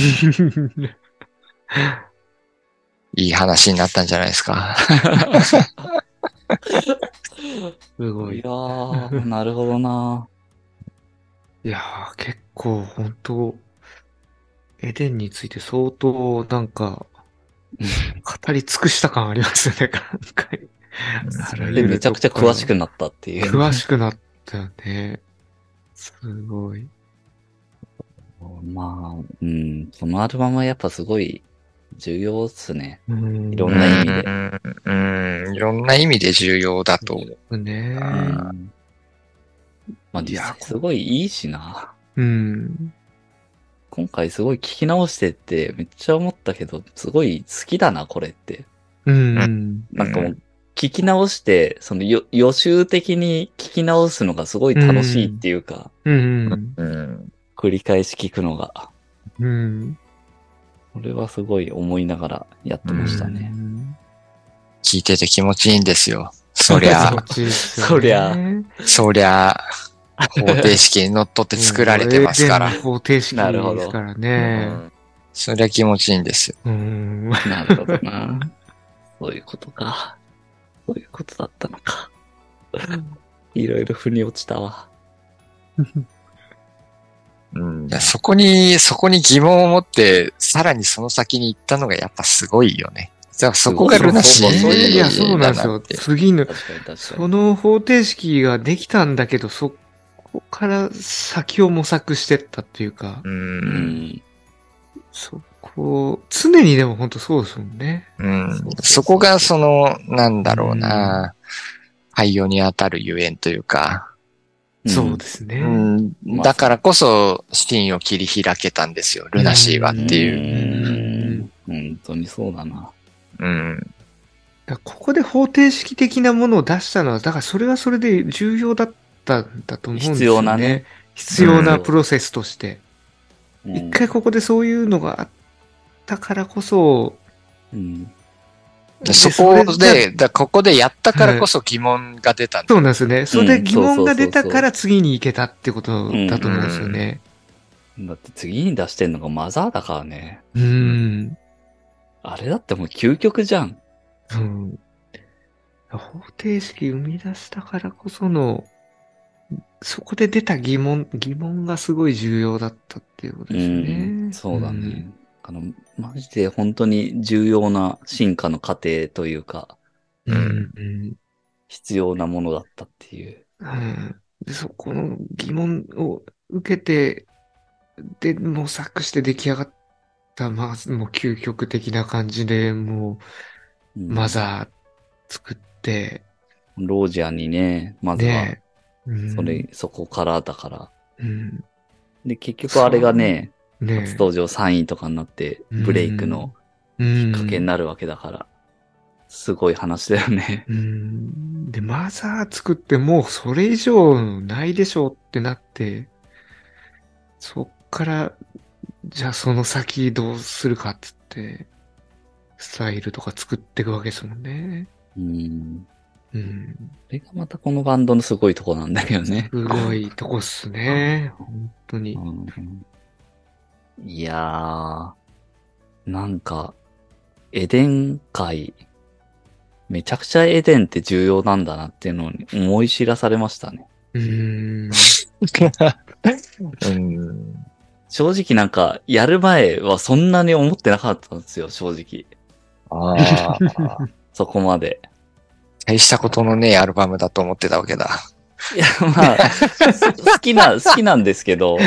Speaker 2: いい話になったんじゃないですか。
Speaker 3: すご
Speaker 1: い
Speaker 3: い
Speaker 1: や。ー、なるほどない
Speaker 3: やー、結構本当、エデンについて相当なんか、語り尽くした感ありますよね、今回。
Speaker 1: ぁで、めちゃくちゃ詳しくなったっていう。
Speaker 3: 詳しくなったよね。すごい。
Speaker 1: まあ、うん、このアルバムはやっぱすごい重要っすね。
Speaker 3: うん
Speaker 1: いろ
Speaker 2: うん
Speaker 1: な意味で
Speaker 2: んうん。いろんな意味で重要だと思う。
Speaker 3: ね
Speaker 1: う
Speaker 2: あー
Speaker 1: ん、まあ
Speaker 3: い
Speaker 1: 実
Speaker 3: や
Speaker 1: 際すごいいいしな。
Speaker 3: うん。
Speaker 1: 今回すごい聞き直してってめっちゃ思ったけど、すごい好きだな、これって。
Speaker 3: うん。
Speaker 1: なんかもう聞き直して、そのよ予習的に聞き直すのがすごい楽しいっていうか、
Speaker 3: うん。
Speaker 2: うん。
Speaker 1: 繰り返し聞くのが、
Speaker 3: うん。
Speaker 1: これはすごい思いながらやってましたね。
Speaker 2: 聞いてて気持ちいいんですよ。そりゃ、
Speaker 3: そ
Speaker 1: りゃ
Speaker 2: そりゃ、 方程式にのっとって作られてますから。
Speaker 3: 方程式
Speaker 1: なるほ
Speaker 3: で
Speaker 1: ど
Speaker 3: すから
Speaker 2: う
Speaker 3: ね。
Speaker 2: んそりゃ気持ちいいんですよ。
Speaker 3: うーん。
Speaker 1: なるほどな。そういうことか。そういうことだったのか。いろいろ腑に落ちたわ。
Speaker 2: うん、そこに、そこに疑問を持って、さらにその先に行ったのがやっぱすごいよね。だからそこがルナシ
Speaker 1: そうそうそう
Speaker 2: ー
Speaker 3: いや、そうなんで
Speaker 2: だ
Speaker 3: すよ。
Speaker 2: って
Speaker 3: 次の、
Speaker 1: 確かに確か
Speaker 3: そ
Speaker 1: に。
Speaker 3: の方程式ができたんだけど、そこから先を模索してったっていうか、
Speaker 2: う。
Speaker 1: うんん。
Speaker 3: そこ、常にでも本当そうですもんね。
Speaker 2: うん。そこがその、なんだろうな、パイオニアたるゆえんというか、
Speaker 3: そうですね。
Speaker 2: うん
Speaker 1: まあ
Speaker 2: だからこそ、ンを切り開けたんですよ、ルナシーはっ
Speaker 1: うん
Speaker 2: ていう。
Speaker 1: うん本当にそうだな。
Speaker 2: うん。
Speaker 3: だからここで方程式的なものを出したのは、だからそれはそれで重要だったんだと思うんですよね。
Speaker 1: 必要なね。
Speaker 3: 必要なプロセスとして。
Speaker 1: うん
Speaker 3: 一回ここでそういうのがあったからこそ、
Speaker 1: うん。
Speaker 3: で
Speaker 2: そこ
Speaker 3: それじ
Speaker 2: で、だここでやったからこそ疑問が出たんだ。
Speaker 3: そうなんですよね。それ
Speaker 1: う
Speaker 3: で
Speaker 1: ん
Speaker 3: 疑問が出たから次に行けたってことだと思うんですよね。
Speaker 1: だって次に出してんのがマザーだからね。
Speaker 3: うん。うん
Speaker 1: あれだってもう究極じゃん。
Speaker 3: うん方程式生み出したからこその、そこで出た疑問、疑問がすごい重要だったっていうことですね。
Speaker 1: そうだね。あの、マジで本当に重要な進化の過程というか、
Speaker 3: うん。うん。うん
Speaker 1: 必要なものだったっていう。
Speaker 3: うんで、そこの疑問を受けて、で、模索して出来上がった、まあ、もう究極的な感じで、も
Speaker 1: うん
Speaker 3: う、マザー作って、
Speaker 1: ロージャーにね、まずは、
Speaker 3: で、うん
Speaker 1: それ、、そこからだから。
Speaker 3: うん、
Speaker 1: で、結局あれがね、
Speaker 3: ね
Speaker 1: 初登場3位とかになって、ブレイクのきっかけになるわけだから、すごい話だよね。
Speaker 3: うんうんで、マザー作ってもうそれ以上ないでしょうってなって、そっから、じゃあその先どうするかっつって、スタイルとか作っていくわけですもんね。
Speaker 1: うん。
Speaker 3: うん。
Speaker 1: これがまたこのバンドのすごいとこなんだけどね。
Speaker 3: すごいとこっすね。本当に。
Speaker 1: うんいやー、なんか、エデン界、めちゃくちゃエデンって重要なんだなっていうのに思い知らされましたね。
Speaker 3: うん。
Speaker 2: うん。
Speaker 1: 正直なんか、やる前はそんなに思ってなかったんですよ、正直。
Speaker 2: ああ。
Speaker 1: そこまで。
Speaker 2: 大したことのねえアルバムだと思ってたわけだ。
Speaker 1: いや、まあ、す 好きな、好きなんですけ ど、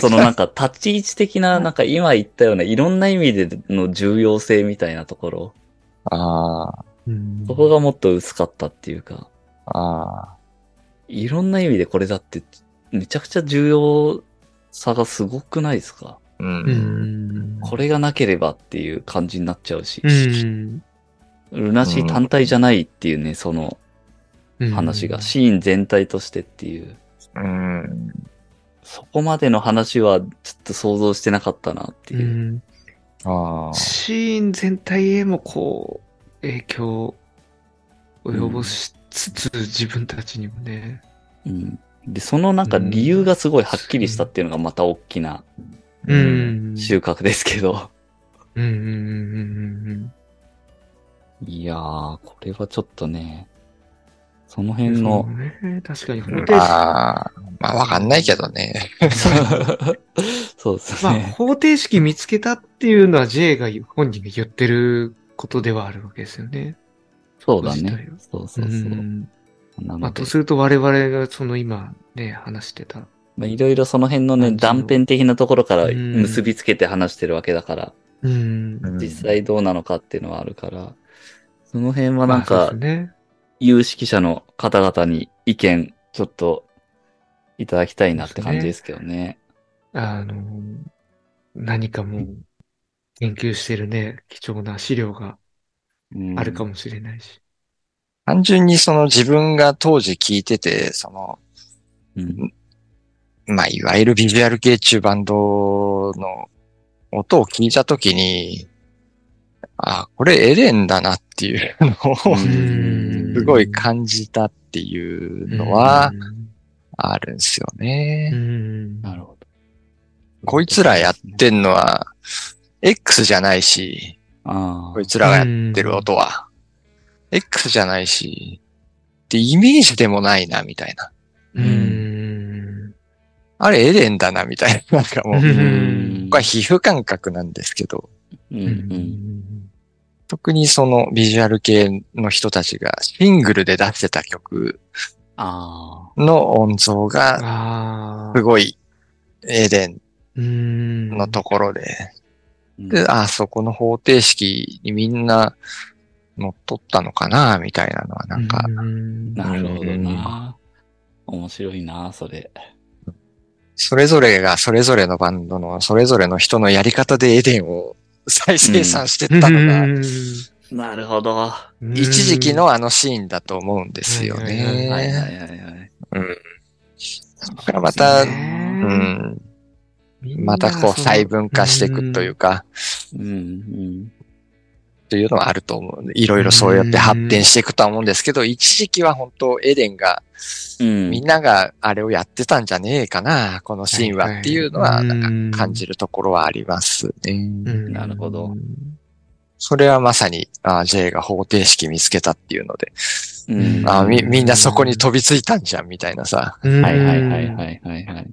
Speaker 1: そのなんか立ち位置的な、なんか今言ったようないろんな意味での重要性みたいなところ、
Speaker 2: ああ、
Speaker 3: うん
Speaker 1: そこがもっと薄かったっていうか、
Speaker 2: あ
Speaker 1: いろんな意味でこれだって、めちゃくちゃ重要さがすごくないですか
Speaker 2: あ、う。
Speaker 3: うんん。
Speaker 1: これがなければっていう感じになっちゃうし
Speaker 3: う、ん。
Speaker 1: ルナシー単体じゃないっていうね、その
Speaker 3: うん
Speaker 1: 話が、シーン全体としてっていう、
Speaker 2: うん。
Speaker 1: そこまでの話はちょっと想像してなかったなって
Speaker 3: う
Speaker 1: いう。
Speaker 3: ん。
Speaker 2: ああ、
Speaker 3: シーン全体へもこう、影響を及ぼしつつ、自分たちにもね。
Speaker 1: うんで、そのなんか理由がすごいはっきりしたっていうのがまた大きな
Speaker 3: う。ん。
Speaker 1: 収穫ですけど。
Speaker 3: うん。うんうんうんうん
Speaker 1: いやー、これはちょっとね、その
Speaker 3: うん。
Speaker 1: 辺の
Speaker 3: そう、ね。確かに、方程式。
Speaker 2: ああ、まあわかんないけどね。
Speaker 1: そうです
Speaker 3: まあ、
Speaker 1: ね。
Speaker 3: 方程式見つけたっていうのは J が本人が言ってることではあるわけですよね。
Speaker 1: そうだ
Speaker 3: 自体
Speaker 1: ね
Speaker 3: は。
Speaker 1: そうそうそう。
Speaker 3: ん
Speaker 1: な
Speaker 3: ま
Speaker 1: の
Speaker 3: あ、と、
Speaker 1: です
Speaker 3: ると我々がその今ね、話してた。
Speaker 1: まあ、いろいろその辺のね、
Speaker 3: 感じの
Speaker 1: 断片的なところから
Speaker 3: うん
Speaker 1: 結びつけて話してるわけだから、
Speaker 3: うん。
Speaker 1: 実際どうなのかっていうのはあるから、その辺は
Speaker 3: ま
Speaker 1: なん
Speaker 3: あそう
Speaker 1: か、
Speaker 3: ですね。
Speaker 1: 有識者の方々に意見、ちょっと、いただきたいなって感じですけどね。
Speaker 3: あの、何かもう、研究してるね、貴重な資料があるか
Speaker 1: も。
Speaker 3: もしれないし。
Speaker 2: 単純にその自分が当時聞いてて、その、
Speaker 1: うん
Speaker 2: まあいわゆるビジュアル系中バンドの音を聞いたときに、ああ、これエレンだなっていうのを、
Speaker 3: ん
Speaker 2: すごい感じたっていうのはあるんですよね。
Speaker 3: うん、
Speaker 1: なるほど。
Speaker 2: こいつらやってんのは、X じゃないし、
Speaker 1: あ
Speaker 2: こいつらがやってる音は、X じゃないし、で、イメージでもないな、みたいな。
Speaker 3: うーん。
Speaker 2: あれ、エレンだな、みたいな。なん かもう、
Speaker 3: う
Speaker 1: あ。
Speaker 2: 僕
Speaker 3: ん
Speaker 2: は皮膚感覚なんですけど、
Speaker 1: うん
Speaker 3: う
Speaker 1: うん。
Speaker 3: ん。
Speaker 2: 特にそのビジュアル系の人たちがシングルで出してた曲
Speaker 1: あ
Speaker 2: の音像が
Speaker 3: ああ
Speaker 2: す。ごいエレン
Speaker 3: うーん。
Speaker 2: のところで、で、
Speaker 1: あ。
Speaker 2: あそこの方程式にみんな乗っ取ったのかな、みたいなのはなんか、
Speaker 3: うーん
Speaker 1: なるほどな。面白いな、それ。
Speaker 2: それぞれがそれぞれのバンドのそれぞれの人のやり方でエデンを 再生産してったのが、
Speaker 1: なるほど。は
Speaker 2: 一時期、のあのシーンだと思うんですよ
Speaker 1: い
Speaker 3: へ
Speaker 1: はいはい
Speaker 2: ね。
Speaker 1: はい。
Speaker 2: そこからま
Speaker 1: そ
Speaker 2: た、
Speaker 1: ううですね
Speaker 2: ん、またこう細分化していくというか、
Speaker 1: うんうん。
Speaker 2: というのはあると思う。いろいろそうやって発展していくとは思うんですけど、一時期は本当エデンが、
Speaker 1: うん。
Speaker 2: みんながあれをやってたんじゃねえかな、このシーン
Speaker 3: はいは
Speaker 2: はいっていうのは、な
Speaker 3: うんん
Speaker 2: か感じるところはありますね。
Speaker 1: なるほど。
Speaker 2: それはまさに、あ J が方程式見つけたっていうので、
Speaker 1: うん。
Speaker 2: あ
Speaker 1: は
Speaker 2: み、みんなそこに飛びついたんじゃん、みたいなさ。
Speaker 3: はい
Speaker 1: はいはいはいはいはい。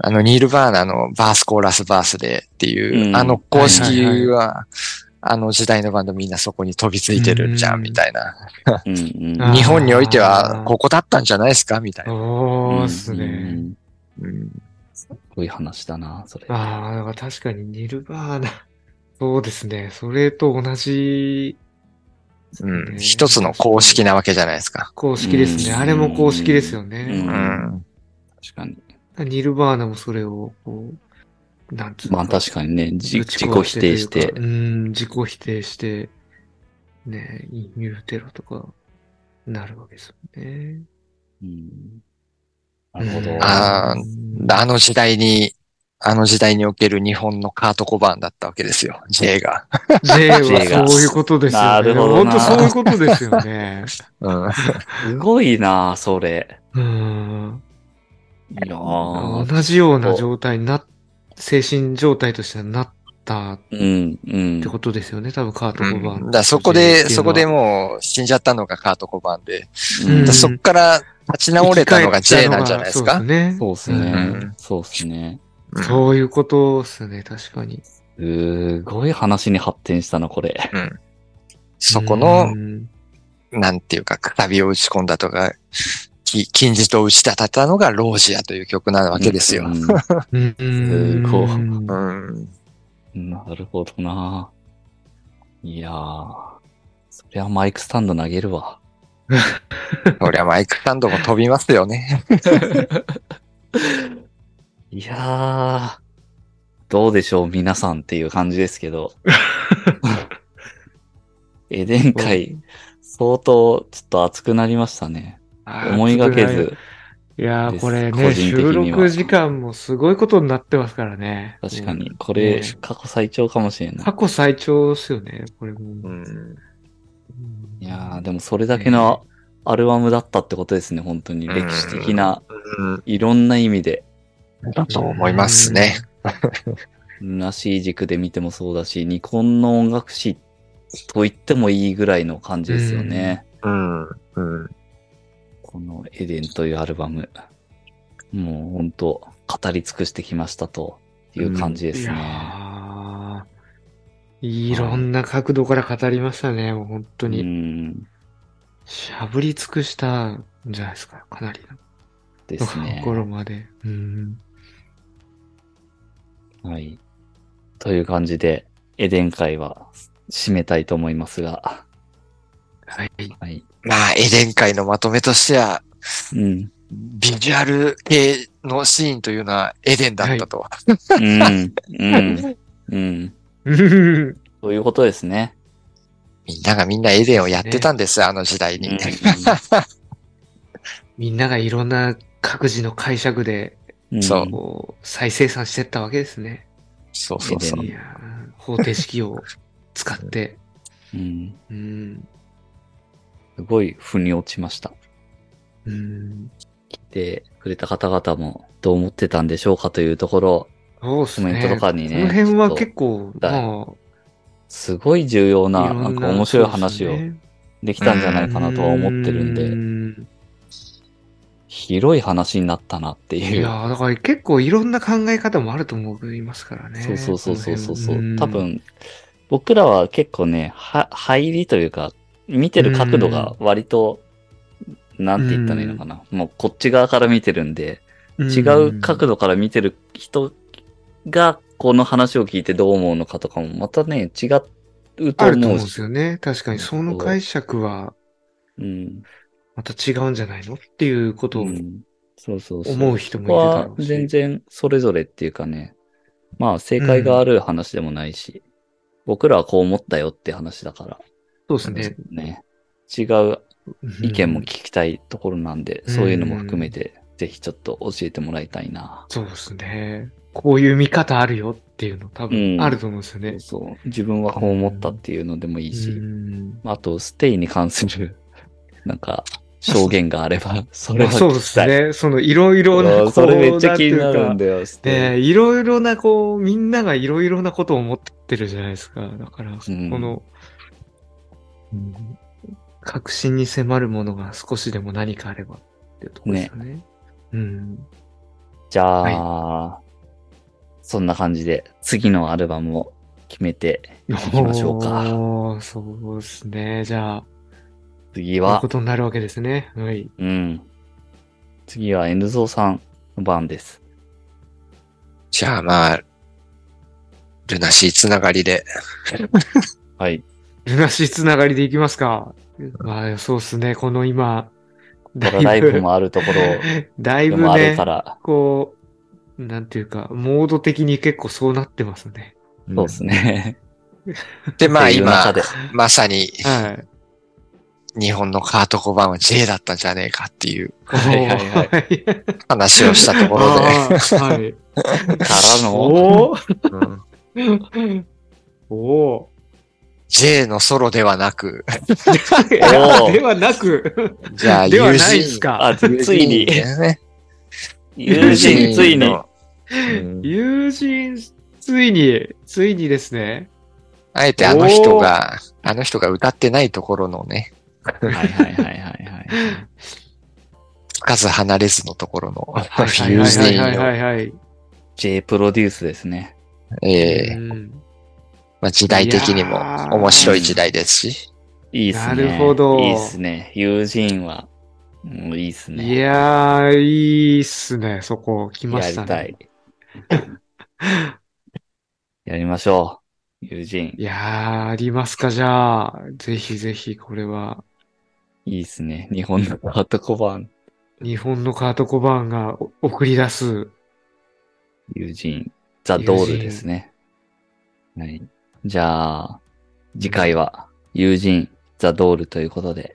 Speaker 2: あの、ニール・バーナーのバースコーラスバースでっていう、
Speaker 1: うん
Speaker 2: あの公
Speaker 3: はい
Speaker 2: 式
Speaker 3: はいはい
Speaker 2: は、あの時代のバンドみんなそこに飛びついてるじゃ、
Speaker 3: うんん
Speaker 2: みたいな。
Speaker 1: うんうん。
Speaker 3: あー
Speaker 2: 日本においては、ここだったんじゃないですかみたいな。
Speaker 3: おーっす
Speaker 1: うんう
Speaker 3: ね。
Speaker 1: ん
Speaker 2: うん
Speaker 1: こういう話だな、それ。
Speaker 3: ああ、だから確かにニルバーナ。 そうですね。それと同じ
Speaker 2: うん。一つの公式なわけじゃないですか。
Speaker 3: 公式ですね。
Speaker 1: うん
Speaker 3: あれも公式ですよ
Speaker 1: うん
Speaker 2: う
Speaker 3: ね。
Speaker 2: ん。
Speaker 1: 確かに。
Speaker 3: ニルバーナもそれを、こう、なんつうの
Speaker 1: まあ確かにね、じ
Speaker 3: ぶち
Speaker 1: 自己
Speaker 3: 壊
Speaker 1: 否定し
Speaker 3: という
Speaker 1: て
Speaker 3: か。うん、自己否定して、ね、インミューテロとか、なるわけですよね。
Speaker 1: うんなるほど。
Speaker 2: あー
Speaker 3: うん
Speaker 2: あの時代に、あの時代における日本のカート・コバーンだったわけですよ。J が。
Speaker 3: J
Speaker 1: が
Speaker 3: はそういうことですよね。
Speaker 1: なるほどな
Speaker 3: 本当そういうことですよ ね。
Speaker 2: うん。
Speaker 1: すごいな、それ。
Speaker 3: うん。
Speaker 1: いやー
Speaker 3: 同じような状態にな、精神状態としてはなったっ
Speaker 1: うん、うん
Speaker 3: て。ことですよね。多分カート・
Speaker 2: う
Speaker 3: コ
Speaker 2: ん
Speaker 3: バーンと
Speaker 2: だからそこで、
Speaker 3: J っていうのは
Speaker 2: そこでもう死んじゃったのがカート・コバーンで、だか
Speaker 1: うん
Speaker 3: うん
Speaker 2: らそこから立ち直れたのが
Speaker 3: 生き返
Speaker 2: J
Speaker 3: ったのが
Speaker 2: なんじゃないですか。
Speaker 3: そうですね。
Speaker 1: そうっす
Speaker 3: う
Speaker 1: ね
Speaker 2: ん。
Speaker 1: そうっすね。
Speaker 2: うん
Speaker 3: そういうことですね、確かに。
Speaker 1: すごい話に発展したな、これ。
Speaker 2: そこの
Speaker 3: う、ん
Speaker 2: なんていうか、くたびを打ち込んだとか、き金字塔を打ち立てたのがロージアという曲なわけですよ
Speaker 1: う。ん
Speaker 3: う
Speaker 1: す
Speaker 3: ん
Speaker 1: ごい
Speaker 2: うん。
Speaker 1: なるほどな。いやー。そりゃマイクスタンド投げるわ。
Speaker 2: そりゃマイクスタンドも飛びますよね。
Speaker 1: いやー。どうでしょう、皆さんっていう感じですけど。え、前回、相当ちょっと熱くなりましたね。思いがけ。ず。
Speaker 3: いや
Speaker 1: で
Speaker 3: ー、
Speaker 1: す
Speaker 3: これ
Speaker 1: 個
Speaker 3: ね、
Speaker 1: 人的には
Speaker 3: 収録時間もすごいことになってますからね。
Speaker 1: 確か
Speaker 3: うん
Speaker 1: に。これ
Speaker 3: ね、
Speaker 1: 過去最長かもしれない
Speaker 3: 過。去最長ですよね、これ
Speaker 2: う
Speaker 3: も。
Speaker 2: ん。
Speaker 1: いやー、でもそれだけのアルバムだったってことですね、本当に。歴史的な、いろんな意味で。
Speaker 2: だと思いますね。
Speaker 1: らしい軸で見てもそうだし、ニコンの音楽史と言ってもいいぐらいの感じですよね。
Speaker 2: うん。うん。
Speaker 1: このエデンというアルバム。もう本当語り尽くしてきましたという感じです
Speaker 3: い
Speaker 1: ね。
Speaker 3: やーいろんな角度から語りましたね、もう本当
Speaker 1: う
Speaker 3: に。
Speaker 1: ん。
Speaker 3: しゃぶり尽くしたんじゃないですか、かなり
Speaker 1: で
Speaker 3: の
Speaker 1: すね。
Speaker 3: ところまで。うん
Speaker 1: はい。という感じで、エデン会は締めたいと思いますが。
Speaker 3: はい。
Speaker 1: はい。
Speaker 2: まあ、エデン界のまとめとしては、
Speaker 1: うん。
Speaker 2: ビジュアル系のシーンというのはエデンだったと。
Speaker 1: うん。 うん。うん。
Speaker 3: うん
Speaker 1: ということですね。
Speaker 2: みんながみんなエデンをやってたんです、あの時代に。
Speaker 3: みんながいろんな各自の解釈で、
Speaker 1: ん
Speaker 2: そう
Speaker 3: こう、再生産してったわけですね。
Speaker 2: そう
Speaker 1: そうそう
Speaker 3: いやー方程式を使って。
Speaker 1: うん。
Speaker 3: うん。
Speaker 1: すごい腑に落ちました。
Speaker 3: うん。
Speaker 1: 来てくれた方々もどう思ってたんでしょうかというところ、
Speaker 3: そうです
Speaker 1: コメントとかにね
Speaker 3: この辺は結構、
Speaker 1: だ
Speaker 3: ま
Speaker 1: すごい重要
Speaker 3: あ、
Speaker 1: な、
Speaker 3: いろ
Speaker 1: なん
Speaker 3: ん
Speaker 1: か
Speaker 3: な
Speaker 1: 面白い話を
Speaker 3: そうですね
Speaker 1: できたんじゃないかなとは思ってるん
Speaker 3: う
Speaker 1: で、
Speaker 3: ーん
Speaker 1: 広い話になったなって
Speaker 3: い
Speaker 1: いう。
Speaker 3: やーだから結構いろんな考え方もあると思いますからね。
Speaker 1: そうそうそうそうそうそう
Speaker 3: この辺
Speaker 1: 多、分、僕らは結構ね、は、入りというか、見てる角度が割と、なんて言ったらいいのかな。もうこっち側から見てるんで、違う角
Speaker 3: 度。
Speaker 1: 度から見てる人が、この話を聞いてどう思うのかとかも、またね、違うと
Speaker 3: あると思
Speaker 1: 思
Speaker 3: うん
Speaker 1: う
Speaker 3: で
Speaker 1: し
Speaker 3: す。よね。確かに、その解釈は
Speaker 1: うん。
Speaker 3: また違うんじゃないのっていうことを
Speaker 1: うんそうそうそう。
Speaker 3: 思う人
Speaker 1: こ
Speaker 3: もい
Speaker 1: こ
Speaker 3: るだ
Speaker 1: は
Speaker 3: ろうし。
Speaker 1: 全然それぞれっていうかね、まあ正解がある話でもないし、僕らはこう思ったよって話だから、
Speaker 3: そうですね。
Speaker 1: ね、違う意見も
Speaker 3: う
Speaker 1: 聞
Speaker 3: ん
Speaker 1: きたいところなんで、
Speaker 3: うん
Speaker 1: そういうのも含めて、ぜひちょっと教えてもらいたいな。
Speaker 3: そうですね。こういう見方あるよっていうの多
Speaker 1: う
Speaker 3: 分
Speaker 1: ん
Speaker 3: あると思うんですよ
Speaker 1: そ
Speaker 3: ね
Speaker 1: う。そう。自分はこう思ったっていうのでもいいし、
Speaker 3: うん
Speaker 1: あと、ステイに関する、 なんか、証言があれ ば、それ
Speaker 3: ま
Speaker 1: は
Speaker 3: あそう
Speaker 1: 聞
Speaker 3: で
Speaker 1: き
Speaker 3: す
Speaker 1: たい。
Speaker 3: ね。そのいろいろな
Speaker 1: あ
Speaker 3: こ
Speaker 1: ー
Speaker 3: う、
Speaker 1: それめっちゃ気にな
Speaker 3: な
Speaker 1: ん
Speaker 3: ていう
Speaker 1: る
Speaker 3: か
Speaker 1: んだよ、ステ
Speaker 3: ね
Speaker 1: イ。
Speaker 3: いろいろな、こう、みんながいろいろなことを思ってるじゃないですか。だから、
Speaker 1: うん
Speaker 3: この、うん確信に迫るものが少しでも何かあればっていうところですよね。うん。
Speaker 1: じゃあ、そんな感じで次のアルバムを決めていきましょうか。
Speaker 3: おーそうですね。じゃあ、
Speaker 1: 次
Speaker 3: そういう
Speaker 1: は
Speaker 3: こ、とになるわけですね。はい。
Speaker 1: うん。次はエンゾーさんの番です。
Speaker 2: じゃあまあ、ルナシーつなが りで、
Speaker 1: はい。
Speaker 3: ルナシーつながりでいきますか。まあ、そうですね。この今、
Speaker 1: ま
Speaker 3: だ
Speaker 1: だライ
Speaker 3: い
Speaker 1: ブ
Speaker 3: ぶ、
Speaker 1: もあるとこ ろ
Speaker 3: だい
Speaker 1: で
Speaker 3: ぶ
Speaker 1: もある
Speaker 3: ね
Speaker 1: か、ら、
Speaker 3: こう、なんていうか、モード的に結構そうなってますね。
Speaker 1: そうです ね。
Speaker 2: でまあ
Speaker 1: っていう中
Speaker 2: 今、
Speaker 1: で、
Speaker 2: まさに
Speaker 3: はい。
Speaker 2: 日本のカート5番は J だったんじゃねえかっていう
Speaker 1: はいはいはい
Speaker 3: い。
Speaker 2: 話をしたところで、
Speaker 3: はい。
Speaker 1: からの、
Speaker 3: お
Speaker 2: うん
Speaker 3: ーお
Speaker 2: J のソロではなく、
Speaker 1: お
Speaker 3: ー
Speaker 1: ー
Speaker 3: ではなく、
Speaker 2: じゃあ
Speaker 3: では
Speaker 2: 友
Speaker 3: ないです
Speaker 2: 人、
Speaker 1: あ、
Speaker 3: か。
Speaker 1: つつい に、
Speaker 2: ね
Speaker 1: 友人ついに、
Speaker 2: うん
Speaker 3: 友人、ついに、ついにですね。
Speaker 2: あえてあの人が、あの人が歌ってないところのね、
Speaker 1: はいはいはいはいはい。
Speaker 2: つかず離れずのところの、
Speaker 1: 友人
Speaker 3: はいはいはいはいはい。
Speaker 1: J プロデュースですね。
Speaker 2: ええ
Speaker 3: うん
Speaker 2: まあ、時代的に
Speaker 3: い
Speaker 2: も
Speaker 3: やー
Speaker 2: 面白い時代ですし、
Speaker 1: いいっすね。
Speaker 3: なるほど
Speaker 1: いいっすね。友人は、もういいっすね。
Speaker 3: いやー、いいっすね。そこ、来ま
Speaker 1: や
Speaker 3: し
Speaker 1: り
Speaker 3: た
Speaker 1: た
Speaker 3: ね
Speaker 1: い。。 やりましょう。友人
Speaker 3: い。やー、ありますか、じゃあ。ぜひぜひ、これは。
Speaker 1: いいっすね。日本のカートコバン。
Speaker 3: 日本のカート・コバーンがお送り出す、
Speaker 1: 友人。ザ・ドールですね。はい。じゃあ、次回は、友人、ザ・ドールということで、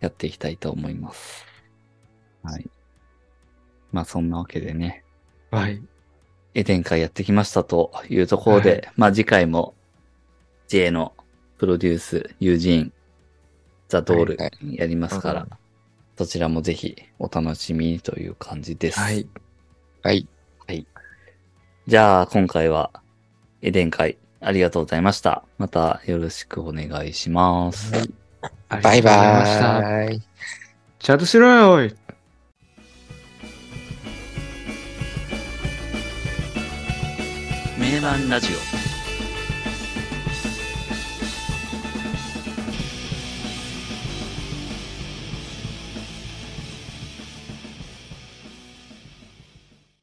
Speaker 1: やっていきたいと思います。はい。まあ、そんなわけでね。
Speaker 3: はい。
Speaker 1: エデン会やってきましたというところで、
Speaker 3: はい
Speaker 1: まあ次回も J のプロデュース、友人、ザ・ドール
Speaker 2: はい
Speaker 1: やりますから、
Speaker 2: うん
Speaker 1: そちらもぜひお楽しみにという感じです。
Speaker 3: はい。
Speaker 2: はい。
Speaker 1: じゃあ今回はエデン会ありがとうございました。またよろしくお願いします。
Speaker 2: バイ
Speaker 3: ありがとうございました。
Speaker 2: バーイ。
Speaker 3: チャートしろよ、おい。
Speaker 1: 名盤ラジオ